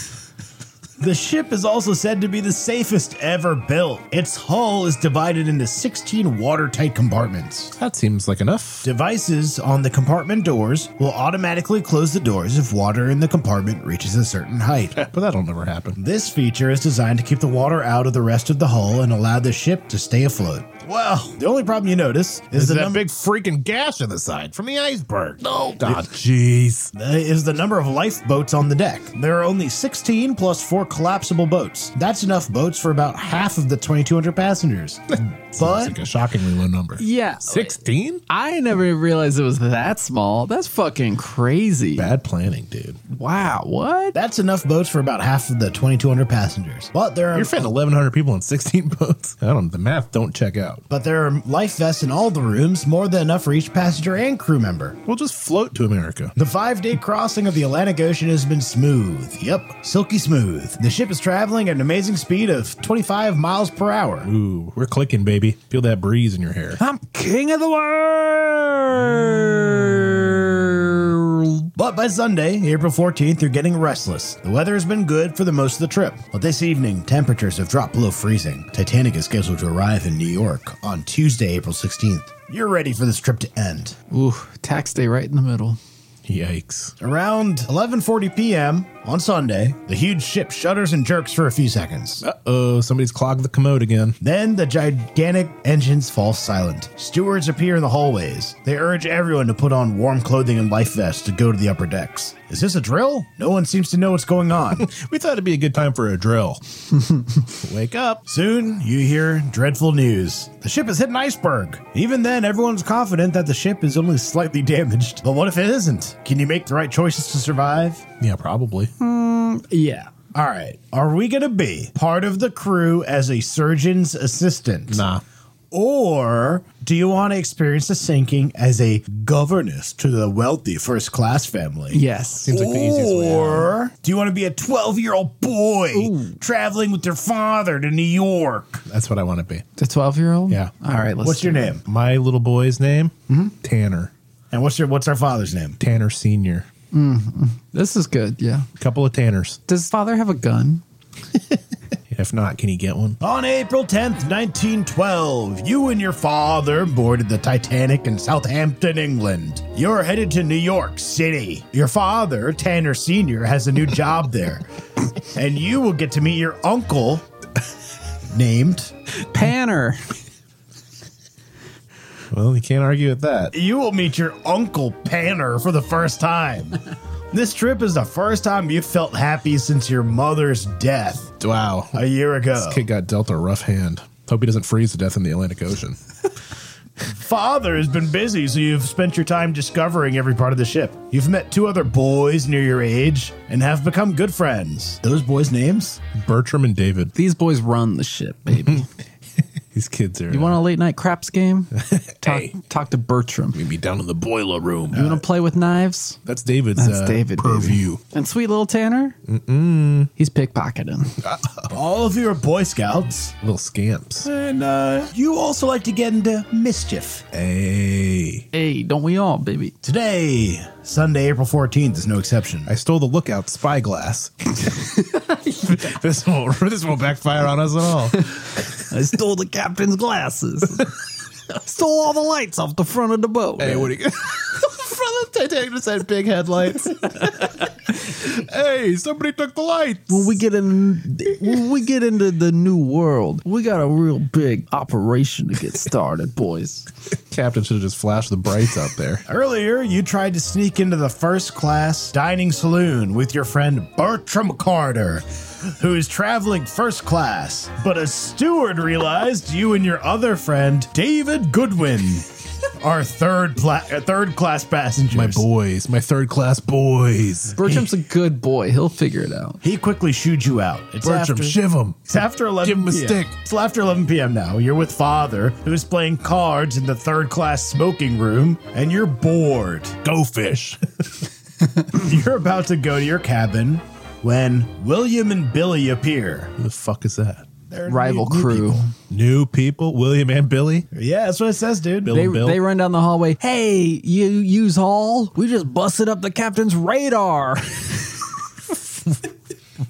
[SPEAKER 2] the ship is also said to be the safest ever built. Its hull is divided into 16 watertight compartments.
[SPEAKER 1] That seems like enough.
[SPEAKER 2] Devices on the compartment doors will automatically close the doors if water in the compartment reaches a certain height.
[SPEAKER 1] But that'll never happen.
[SPEAKER 2] this feature is designed to keep the water out of the rest of the hull and allow the ship to stay afloat. Well, the only problem you notice is, the number
[SPEAKER 1] freaking gash on the side from the iceberg. No, God, jeez.
[SPEAKER 2] uh, is the number of lifeboats on the deck. There are only 16 plus 4 collapsible boats. That's enough boats for about half of the 2200 passengers.
[SPEAKER 1] That's
[SPEAKER 2] but
[SPEAKER 1] like a shockingly low number.
[SPEAKER 3] yeah.
[SPEAKER 1] sixteen.
[SPEAKER 3] I never realized it was that small. That's fucking crazy.
[SPEAKER 1] Bad planning, dude.
[SPEAKER 3] Wow. What?
[SPEAKER 2] that's enough boats for about half of the 2200 passengers. But there are
[SPEAKER 1] You're fed 1,100 people in 16 boats. I don't. The math don't check out.
[SPEAKER 2] But there are life vests in all the rooms, more than enough for each passenger and crew member.
[SPEAKER 1] We'll just float to America.
[SPEAKER 2] The five day crossing of the Atlantic Ocean has been smooth. Yep, silky smooth. The ship is traveling at an amazing speed of 25 miles per hour.
[SPEAKER 1] Ooh, we're clicking, baby. Feel that breeze in your hair.
[SPEAKER 3] I'm king of the world.
[SPEAKER 2] But by Sunday, April 14th, you're getting restless. The weather has been good for the most of the trip. But this evening, temperatures have dropped below freezing. Titanic is scheduled to arrive in New York on Tuesday, April 16th. You're ready for this trip to end.
[SPEAKER 3] Ooh, tax day right in the middle.
[SPEAKER 1] Yikes.
[SPEAKER 2] Around 11:40 p.m. on Sunday, the huge ship shudders and jerks for a few seconds.
[SPEAKER 1] Uh-oh, somebody's clogged the commode again.
[SPEAKER 2] Then the gigantic engines fall silent. Stewards appear in the hallways. They urge everyone to put on warm clothing and life vests to go to the upper decks. Is this a drill? No one seems to know what's going on.
[SPEAKER 1] We thought it'd be a good time for a drill. Wake up.
[SPEAKER 2] Soon, you hear dreadful news. The ship has hit an iceberg. Even then, everyone's confident that the ship is only slightly damaged. But what if it isn't? Can you make the right choices to survive?
[SPEAKER 1] Yeah, probably.
[SPEAKER 3] Yeah.
[SPEAKER 2] All right. Are we going to be part of the crew as a surgeon's assistant?
[SPEAKER 1] Nah.
[SPEAKER 2] Or do you want to experience the sinking as a governess to the wealthy first class family?
[SPEAKER 3] Yes.
[SPEAKER 1] Seems like the easiest way. out.
[SPEAKER 2] Or do you want to be a 12 year old boy traveling with your father to New York?
[SPEAKER 1] That's what I want to be.
[SPEAKER 3] The twelve-year-old.
[SPEAKER 1] Yeah.
[SPEAKER 3] All right. Let's
[SPEAKER 2] What's your name?
[SPEAKER 1] My little boy's name? Tanner.
[SPEAKER 2] And what's your what's our father's name?
[SPEAKER 1] Tanner Sr.
[SPEAKER 3] This is good. Yeah.
[SPEAKER 1] Couple of Tanners.
[SPEAKER 3] Does father have a gun?
[SPEAKER 1] If not, can you get one?
[SPEAKER 2] On April 10th, 1912, you and your father boarded the Titanic in Southampton, England. You're headed to New York City. Your father, Tanner Sr., has a new job there, and you will get to meet your uncle named.
[SPEAKER 3] Panner.
[SPEAKER 1] Well, you can't argue with that.
[SPEAKER 2] You will meet your uncle Panner for the first time. This trip is the first time you felt happy since your mother's death
[SPEAKER 1] Wow.
[SPEAKER 2] a year ago.
[SPEAKER 1] This kid got dealt a rough hand. Hope he doesn't freeze to death in the Atlantic Ocean.
[SPEAKER 2] Father has been busy, so you've spent your time discovering every part of the ship. You've met two other boys near your age and have become good friends. Those boys' names?
[SPEAKER 1] Bertram and David.
[SPEAKER 3] These boys run the ship, baby.
[SPEAKER 1] These kids are.
[SPEAKER 3] you want a late night craps game? Talk,
[SPEAKER 1] Hey.
[SPEAKER 3] talk to Bertram.
[SPEAKER 1] to be down in the boiler room?
[SPEAKER 3] You want to play with knives?
[SPEAKER 1] That's David's.
[SPEAKER 3] That's
[SPEAKER 1] uh,
[SPEAKER 3] David, baby.
[SPEAKER 1] purview.
[SPEAKER 3] And sweet little Tanner? Mm-mm. He's pickpocketing.
[SPEAKER 2] All of you are Boy Scouts.
[SPEAKER 1] Little scamps.
[SPEAKER 2] And uh, you also like to get into mischief.
[SPEAKER 1] Hey,
[SPEAKER 3] hey, don't we all, baby?
[SPEAKER 2] Today, Sunday, April 14th, is no exception.
[SPEAKER 1] I stole the lookout spyglass. this won't. This won't backfire on us at all.
[SPEAKER 3] I stole the captain's glasses. stole all the lights off the front of the boat.
[SPEAKER 1] Hey, what do you? From the Titanic just had big headlights. hey, somebody took the lights.
[SPEAKER 3] when we get in when we get into the new world, we got a real big operation to get started, boys.
[SPEAKER 1] Captain should have just flashed the brights out there.
[SPEAKER 2] Earlier, you tried to sneak into the first class dining saloon with your friend Bertram Carter, who is traveling first class. But a steward realized you and your other friend, David Goodwin, are third, pla- uh, third class passengers.
[SPEAKER 1] My boys, my third class boys.
[SPEAKER 3] Bertram's a good boy. He'll figure it out.
[SPEAKER 2] He quickly shooed you out. It's
[SPEAKER 1] Bertram,
[SPEAKER 2] after-
[SPEAKER 1] shiv 'em.
[SPEAKER 2] It's after 11
[SPEAKER 1] Give him a
[SPEAKER 2] p.m.
[SPEAKER 1] stick.
[SPEAKER 2] It's after 11 p.m. now. You're with Father, who's playing cards in the third class smoking room, and you're bored.
[SPEAKER 1] Go fish.
[SPEAKER 2] You're about to go to your cabin when William and Billy appear.
[SPEAKER 1] Who the fuck is that?
[SPEAKER 2] They're
[SPEAKER 3] Rival
[SPEAKER 2] new- new
[SPEAKER 3] crew.
[SPEAKER 2] people.
[SPEAKER 1] New people, William and Billy.
[SPEAKER 2] Yeah, that's what it says, dude.
[SPEAKER 1] Bill
[SPEAKER 3] They,
[SPEAKER 1] and Bill.
[SPEAKER 3] they run down the hallway. Hey, you use all? We just busted up the captain's radar.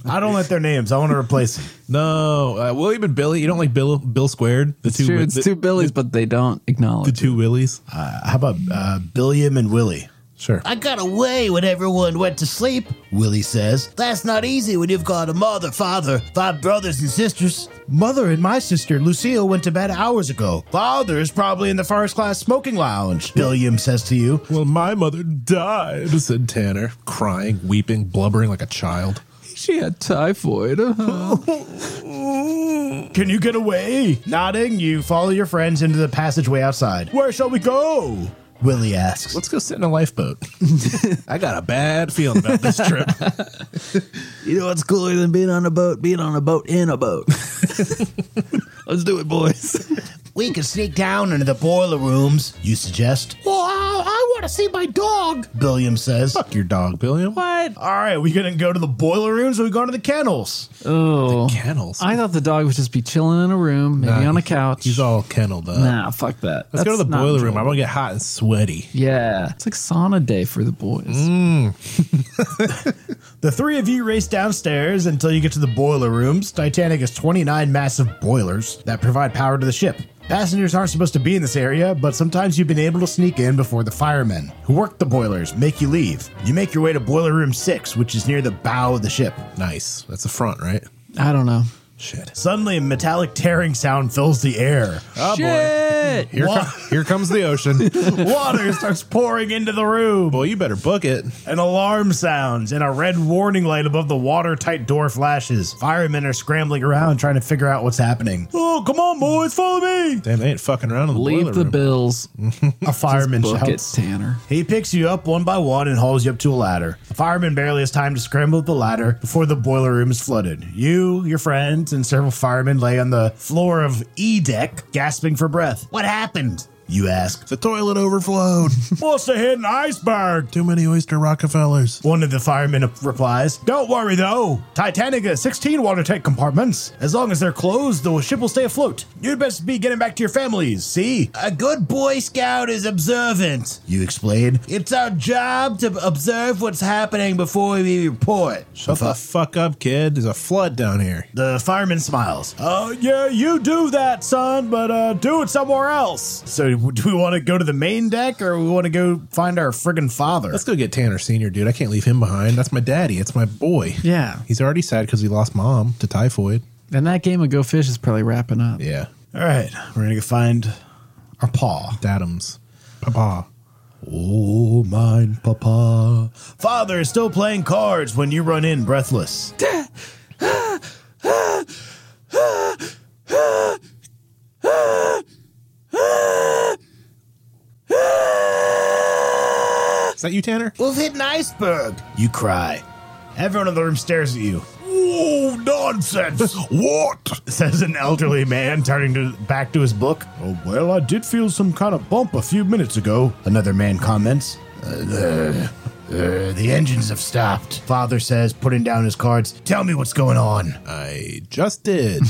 [SPEAKER 2] I don't like their names. I want to replace them.
[SPEAKER 1] no, uh, William and Billy. You don't like Bill? Bill squared. The two.
[SPEAKER 3] Sure, it's
[SPEAKER 1] the,
[SPEAKER 3] two Billies, but they don't acknowledge.
[SPEAKER 1] the two Willies.
[SPEAKER 2] Uh, how about uh, Billiam and Willie?
[SPEAKER 1] Sure.
[SPEAKER 2] I got away when everyone went to sleep, Willie says. That's not easy when you've got a mother, father, five brothers and sisters. Mother and my sister, Lucille, went to bed hours ago. Father's probably in the first class smoking lounge, Billiam says to you.
[SPEAKER 1] Well, my mother died, said Tanner, crying, weeping, blubbering like a child.
[SPEAKER 3] She had typhoid. Uh-huh.
[SPEAKER 2] Can you get away? Nodding, you follow your friends into the passageway outside. Where shall we go? Willie asks.
[SPEAKER 1] Let's go sit in a lifeboat. I got a bad feeling about this trip.
[SPEAKER 3] you know what's cooler than being on a boat? Being on a boat in a boat. Let's do it, boys.
[SPEAKER 2] We can sneak down into the boiler rooms, you suggest. Well, I, want to see my dog, Billiam says.
[SPEAKER 1] Fuck your dog, Billiam.
[SPEAKER 3] What?
[SPEAKER 2] All right, we gonna go to the boiler rooms or we going to the kennels?
[SPEAKER 3] Oh.
[SPEAKER 1] Kennels.
[SPEAKER 3] I thought the dog would just be chilling in a room, maybe
[SPEAKER 1] Nah,
[SPEAKER 3] on a
[SPEAKER 1] he-
[SPEAKER 3] couch.
[SPEAKER 1] He's all kenneled up.
[SPEAKER 3] nah, fuck that.
[SPEAKER 1] Let's go to the boiler room. I want to get hot and sweaty.
[SPEAKER 3] Yeah, it's like sauna day for the boys.
[SPEAKER 2] The three of you race downstairs until you get to the boiler rooms. Titanic has 29 massive boilers that provide power to the ship. Passengers aren't supposed to be in this area, but sometimes you've been able to sneak in before the firemen, who work the boilers, make you leave. You make your way to boiler room 6, which is near the bow of the ship.
[SPEAKER 1] Nice. That's the front, right?
[SPEAKER 3] I don't know.
[SPEAKER 1] Shit.
[SPEAKER 2] Suddenly, a metallic tearing sound fills the air.
[SPEAKER 3] Ah,
[SPEAKER 1] Oh,
[SPEAKER 3] Shit!
[SPEAKER 1] Here,
[SPEAKER 2] Wha-
[SPEAKER 1] com- here comes the ocean.
[SPEAKER 2] Water starts pouring into the room.
[SPEAKER 1] Boy, you better book it.
[SPEAKER 2] An alarm sounds, and a red warning light above the watertight door flashes. Firemen are scrambling around trying to figure out what's happening. Oh, come on, boys, follow me!
[SPEAKER 1] Damn, they ain't fucking around in the
[SPEAKER 3] Leave
[SPEAKER 1] boiler
[SPEAKER 3] the
[SPEAKER 1] room.
[SPEAKER 3] bills.
[SPEAKER 2] A fireman
[SPEAKER 3] Book it,
[SPEAKER 2] shouts.
[SPEAKER 3] Tanner.
[SPEAKER 2] He picks you up one by one and hauls you up to a ladder. The fireman barely has time to scramble up the ladder before the boiler room is flooded. You, your friends, and several firemen lay on the floor of E deck, gasping for breath. What happened? You ask.
[SPEAKER 1] the toilet overflowed.
[SPEAKER 2] Must have hit an iceberg.
[SPEAKER 1] Too many oyster Rockefellers.
[SPEAKER 2] One of the firemen replies, Don't worry though. Titanic has 16 watertight compartments. As long as they're closed, the ship will stay afloat. You'd best be getting back to your families, see? A good Boy Scout is observant, you explain. It's our job to observe what's happening before we report.
[SPEAKER 1] Shut the fuck up, kid. There's a flood down here.
[SPEAKER 2] The fireman smiles. Oh, yeah, you do that, son, but uh, do it somewhere else. So, do we want to go to the main deck or we want to go find our friggin' father?
[SPEAKER 1] Let's go get Tanner Senior, dude. I can't leave him behind. That's my daddy. It's my boy.
[SPEAKER 3] Yeah.
[SPEAKER 1] He's already sad because he lost mom to typhoid.
[SPEAKER 3] And that game of Go Fish is probably wrapping up.
[SPEAKER 1] Yeah.
[SPEAKER 2] All right, we're going to go find our paw.
[SPEAKER 1] Dadums. Papa.
[SPEAKER 2] Oh, mine, Papa. Father is still playing cards when you run in breathless.
[SPEAKER 1] Is that you, Tanner?
[SPEAKER 2] We've hit an iceberg, you cry. Everyone in the room stares at you. Whoa, nonsense! what? Says an elderly man, turning to, back to his book. Oh, well, I did feel some kind of bump a few minutes ago, another man comments. Uh, uh, uh, the engines have stopped. Father says, putting down his cards. Tell me what's going on.
[SPEAKER 1] I just did.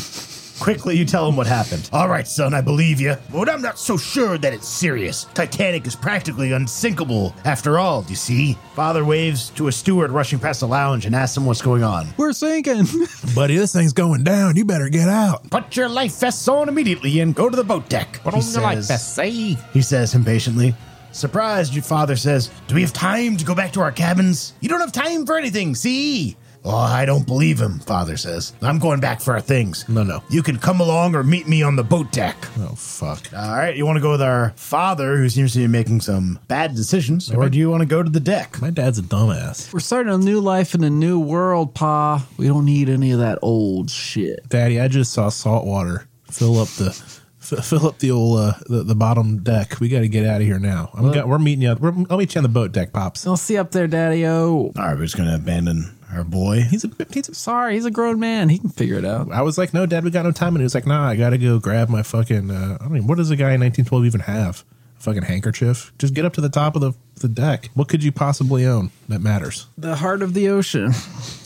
[SPEAKER 2] Quickly, you tell him what happened. All right, son, I believe you, but I'm not so sure that it's serious. Titanic is practically unsinkable after all, you see. Father waves to a steward rushing past the lounge and asks him what's going on.
[SPEAKER 3] We're sinking.
[SPEAKER 1] Buddy, this thing's going down. You better get out.
[SPEAKER 2] Put your life vests on immediately and go to the boat deck. Put
[SPEAKER 1] eh?
[SPEAKER 2] He says impatiently. Surprised, your father says, Do we have time to go back to our cabins? You don't have time for anything, see? Oh, I don't believe him, father says. I'm going back for our things.
[SPEAKER 1] No, no.
[SPEAKER 2] You can come along or meet me on the boat deck.
[SPEAKER 1] Oh, fuck.
[SPEAKER 2] All right, you want to go with our father, who seems to be making some bad decisions, or do you want to go to the deck?
[SPEAKER 1] My dad's a dumbass.
[SPEAKER 3] We're starting a new life in a new world, Pa. We don't need any of that old shit.
[SPEAKER 1] Daddy, I just saw salt water fill up the. f- Fill up the old uh, the, the bottom deck. We got to get out of here now. I'm got, we're meeting you. We're, I'll meet you on the boat deck, pops.
[SPEAKER 3] I'll see you up there, Daddy O.
[SPEAKER 2] All right, we're just going to abandon our boy.
[SPEAKER 1] He's a he's a
[SPEAKER 3] Sorry, he's a grown man. He can figure it out.
[SPEAKER 1] I was like, no, Dad, we got no time. And he was like, nah, I got to go grab my fucking. Uh, I mean, what does a guy in 1912 even have? A fucking handkerchief? Just get up to the top of the, the deck. What could you possibly own that matters?
[SPEAKER 3] The heart of the ocean.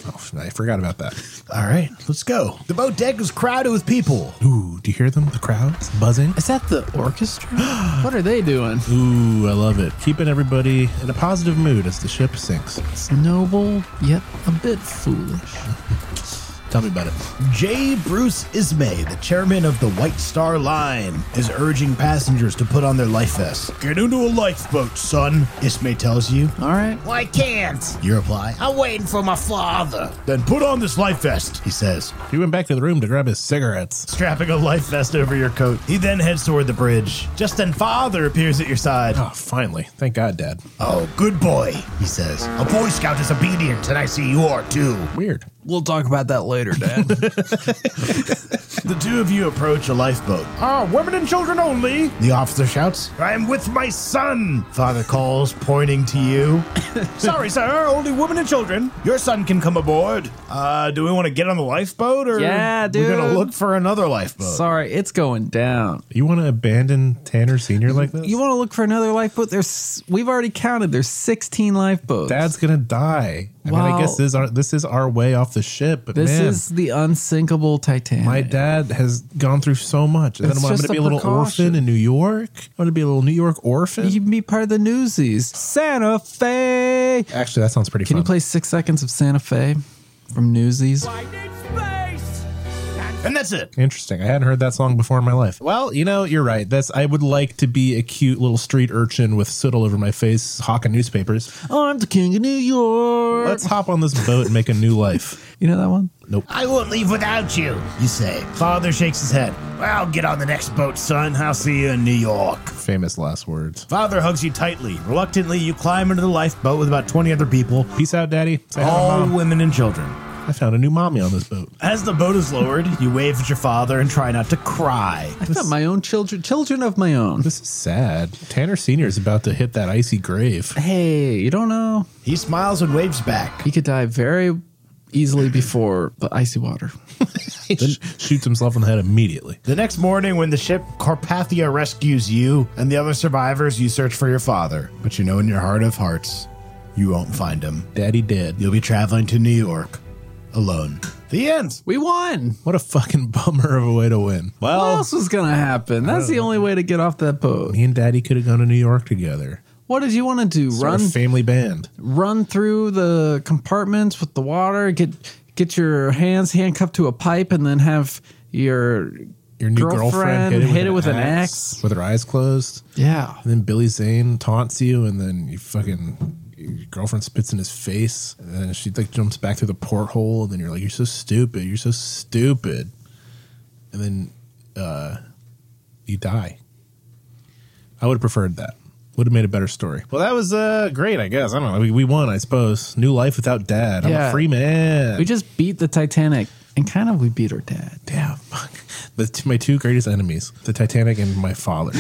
[SPEAKER 1] Oh, I forgot about that.
[SPEAKER 2] All right, let's go. The boat deck is crowded with people.
[SPEAKER 1] Ooh, do you hear them? The crowds buzzing.
[SPEAKER 3] Is that the orchestra? what are they doing?
[SPEAKER 1] Ooh, I love it. Keeping everybody in a positive mood as the ship sinks.
[SPEAKER 3] It's noble, yet a bit foolish.
[SPEAKER 1] Tell me about it.
[SPEAKER 2] J. Bruce Ismay, the chairman of the White Star Line, is urging passengers to put on their life vests. Get into a lifeboat, son, Ismay tells you.
[SPEAKER 3] All right.
[SPEAKER 5] Well, I can't.
[SPEAKER 2] You reply,
[SPEAKER 5] I'm waiting for my father.
[SPEAKER 2] Then put on this life vest, he says,
[SPEAKER 1] He went back to the room to grab his cigarettes.
[SPEAKER 2] strapping a life vest over your coat. He then heads toward the bridge. Just then, father appears at your side.
[SPEAKER 1] Oh, finally. Thank God, Dad.
[SPEAKER 2] Oh, good boy, he
[SPEAKER 5] says, A Boy Scout is obedient, and I see you are too.
[SPEAKER 1] Weird.
[SPEAKER 3] We'll talk about that later, Dad.
[SPEAKER 2] The two of you approach a lifeboat. Ah, women and children only, the officer shouts. I am with my son, father calls, pointing to you. Sorry, sir, only women and children. Your son can come aboard. Uh, do we want to get on the lifeboat or
[SPEAKER 3] Yeah,
[SPEAKER 2] we're gonna
[SPEAKER 3] dude.
[SPEAKER 2] look for another lifeboat?
[SPEAKER 3] Sorry, it's going down.
[SPEAKER 1] You want to abandon Tanner Sr. like this?
[SPEAKER 3] You want to look for another lifeboat? There's we've already counted. There's 16 lifeboats.
[SPEAKER 1] Dad's gonna die. I mean, I
[SPEAKER 3] Well-
[SPEAKER 1] guess this is our this is our way off the ship. But
[SPEAKER 3] this
[SPEAKER 1] man,
[SPEAKER 3] is the unsinkable Titanic.
[SPEAKER 1] my dad has gone through so much. And then
[SPEAKER 3] It's
[SPEAKER 1] I'm,
[SPEAKER 3] just
[SPEAKER 1] gonna be
[SPEAKER 3] a
[SPEAKER 1] a little
[SPEAKER 3] precaution.
[SPEAKER 1] orphan in New York. I'm gonna be a little New York orphan.
[SPEAKER 3] you can be part of the Newsies. Santa Fe.
[SPEAKER 1] Actually, that sounds pretty
[SPEAKER 3] Can
[SPEAKER 1] fun.
[SPEAKER 3] you play six seconds of Santa Fe from Newsies?
[SPEAKER 2] And that's it.
[SPEAKER 1] Interesting. I hadn't heard that song before in my life. Well, you know, you're right. That's I would like to be a cute little street urchin with soot all over my face, hawking newspapers.
[SPEAKER 3] I'm the king of New York.
[SPEAKER 1] Let's hop on this boat and make a new life.
[SPEAKER 3] You know that one?
[SPEAKER 5] I won't leave without you.
[SPEAKER 2] You say. Father shakes his head. Well, get on the next boat, son. I'll see you in New York.
[SPEAKER 1] Famous last words.
[SPEAKER 2] Father hugs you tightly. Reluctantly, you climb into the lifeboat with about 20 other people,
[SPEAKER 1] Peace out, Daddy. Say hi to
[SPEAKER 3] Oh.
[SPEAKER 2] all
[SPEAKER 1] Mom.
[SPEAKER 2] women and children.
[SPEAKER 1] I found a new mommy on this boat.
[SPEAKER 2] As the boat is lowered, you wave at your father and try not to cry.
[SPEAKER 3] I have got my own children, children of my own.
[SPEAKER 1] This is sad. Tanner Senior is about to hit that icy grave.
[SPEAKER 3] Hey, you don't know.
[SPEAKER 2] He smiles and waves back.
[SPEAKER 3] He could die very easily before the icy water.
[SPEAKER 1] He sh- shoots himself in the head immediately.
[SPEAKER 2] The next morning, when the ship Carpathia rescues you and the other survivors, you search for your father. But you know in your heart of hearts, you won't find him.
[SPEAKER 1] Daddy dead.
[SPEAKER 2] You'll be traveling to New York alone. The end.
[SPEAKER 3] We won.
[SPEAKER 1] What a fucking bummer of a way to win.
[SPEAKER 3] What
[SPEAKER 1] Well,
[SPEAKER 3] else was gonna happen? That's the only way to get off that boat.
[SPEAKER 1] me and Daddy could have gone to New York together.
[SPEAKER 3] What did you want to do?
[SPEAKER 1] Run
[SPEAKER 3] Run,
[SPEAKER 1] family band.
[SPEAKER 3] run through the compartments with the water. Get get your hands handcuffed to a pipe, and then have your
[SPEAKER 1] Your new girlfriend,
[SPEAKER 3] hit it, with an, axe.
[SPEAKER 1] with her eyes closed.
[SPEAKER 3] Yeah.
[SPEAKER 1] And then Billy Zane taunts you, and then you fucking your girlfriend spits in his face, and then she like jumps back through the porthole, and then you're like, "You're so stupid! You're so stupid!" And then uh, you die. I would have preferred that. Would have made a better story. Well, that was uh, great, I guess. I don't know. We, we won, I suppose. New life without dad. I'm
[SPEAKER 3] Yeah.
[SPEAKER 1] a free man.
[SPEAKER 3] We just beat the Titanic, and kind of we beat our dad.
[SPEAKER 1] Yeah, fuck. The t- my two greatest enemies, the Titanic and my father.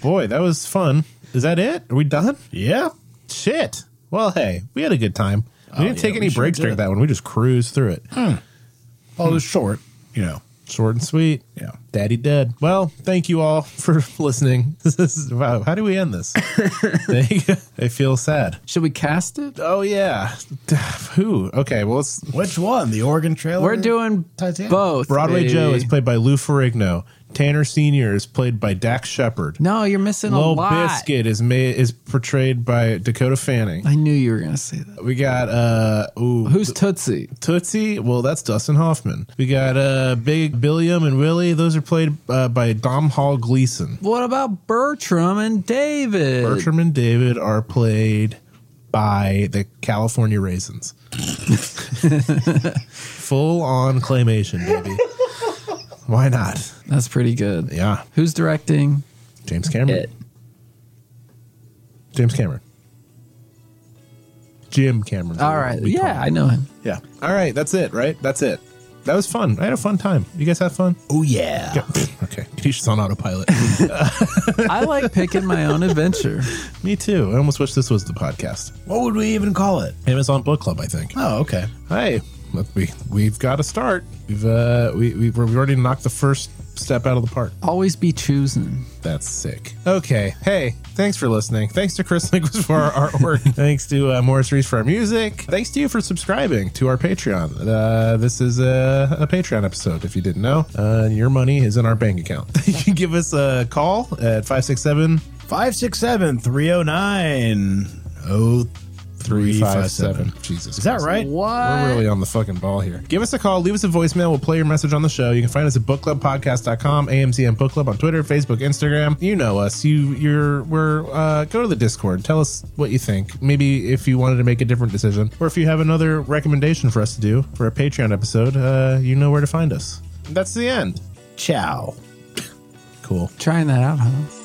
[SPEAKER 1] Boy, that was fun. Is that it? Are we done? Yeah. Shit. Well, hey, we had a good time. We didn't
[SPEAKER 2] Oh, yeah,
[SPEAKER 1] take any
[SPEAKER 2] we sure
[SPEAKER 1] breaks during
[SPEAKER 2] did.
[SPEAKER 1] that one. We just cruised through it.
[SPEAKER 2] Oh, it's short, you know.
[SPEAKER 1] Short and sweet.
[SPEAKER 2] Yeah.
[SPEAKER 1] Daddy dead. Well, thank you all for listening. This is, wow, how do we end this? Thank you. I feel sad.
[SPEAKER 3] Should we cast it?
[SPEAKER 1] Oh, yeah. Who? Okay, well, it's
[SPEAKER 2] Which one? The Oregon Trail?
[SPEAKER 3] We're doing
[SPEAKER 2] Titanic.
[SPEAKER 3] both.
[SPEAKER 1] Broadway
[SPEAKER 3] baby.
[SPEAKER 1] Joe is played by Lou Ferrigno. Tanner Sr. is played by Dax Shepard.
[SPEAKER 3] No, you're missing a
[SPEAKER 1] Lil
[SPEAKER 3] lot.
[SPEAKER 1] Biscuit is made is portrayed by Dakota Fanning.
[SPEAKER 3] I knew you were gonna say that.
[SPEAKER 1] We got uh ooh
[SPEAKER 3] Who's Tootsie?
[SPEAKER 1] Tootsie. Well, that's Dustin Hoffman. We got uh Big Billiam and Willie. Those are played uh, by Dom Hall Gleason.
[SPEAKER 3] What about Bertram and David?
[SPEAKER 1] Bertram and David are played by the California Raisins. Full on claymation, baby. Why not?
[SPEAKER 3] That's pretty good.
[SPEAKER 1] Yeah,
[SPEAKER 3] Who's directing?
[SPEAKER 1] James Cameron.
[SPEAKER 3] It.
[SPEAKER 1] James Cameron. Jim Cameron.
[SPEAKER 3] All right.
[SPEAKER 1] We call
[SPEAKER 3] Yeah, I know him.
[SPEAKER 1] Yeah. All right. That's it, right? That's it. That was fun. I had a fun time. You guys have fun?
[SPEAKER 2] Oh, yeah.
[SPEAKER 1] okay. He's just on autopilot.
[SPEAKER 3] I like picking my own adventure.
[SPEAKER 1] Me too. I almost wish this was the podcast.
[SPEAKER 2] What would we even call it?
[SPEAKER 1] Amazon Book Club, I think.
[SPEAKER 2] Oh, okay.
[SPEAKER 1] Hey, look, we, we've got to start. We've, uh, we, we, we've already knocked the first step out of the park.
[SPEAKER 3] Always be choosing.
[SPEAKER 1] That's sick. Okay. Hey, thanks for listening. Thanks to Chris Linguist for our artwork. thanks to uh, Morris Reese for our music. Thanks to you for subscribing to our Patreon. Uh, this is a, a Patreon episode, if you didn't know. Uh, your money is in our bank account. you can give us a call at 567
[SPEAKER 2] 567 309 0357.
[SPEAKER 1] 357. Jesus.
[SPEAKER 2] Is that right?
[SPEAKER 3] What?
[SPEAKER 1] We're really on the fucking ball here. Give us a call. Leave us a voicemail. We'll play your message on the show. You can find us at bookclubpodcast.com, AMCM Book Club on Twitter, Facebook, Instagram. You know us. You, you're, we're, uh, go to the Discord. Tell us what you think. Maybe if you wanted to make a different decision or if you have another recommendation for us to do for a Patreon episode, uh, you know where to find us. That's the end.
[SPEAKER 2] Ciao.
[SPEAKER 1] Cool.
[SPEAKER 3] Trying that out, huh?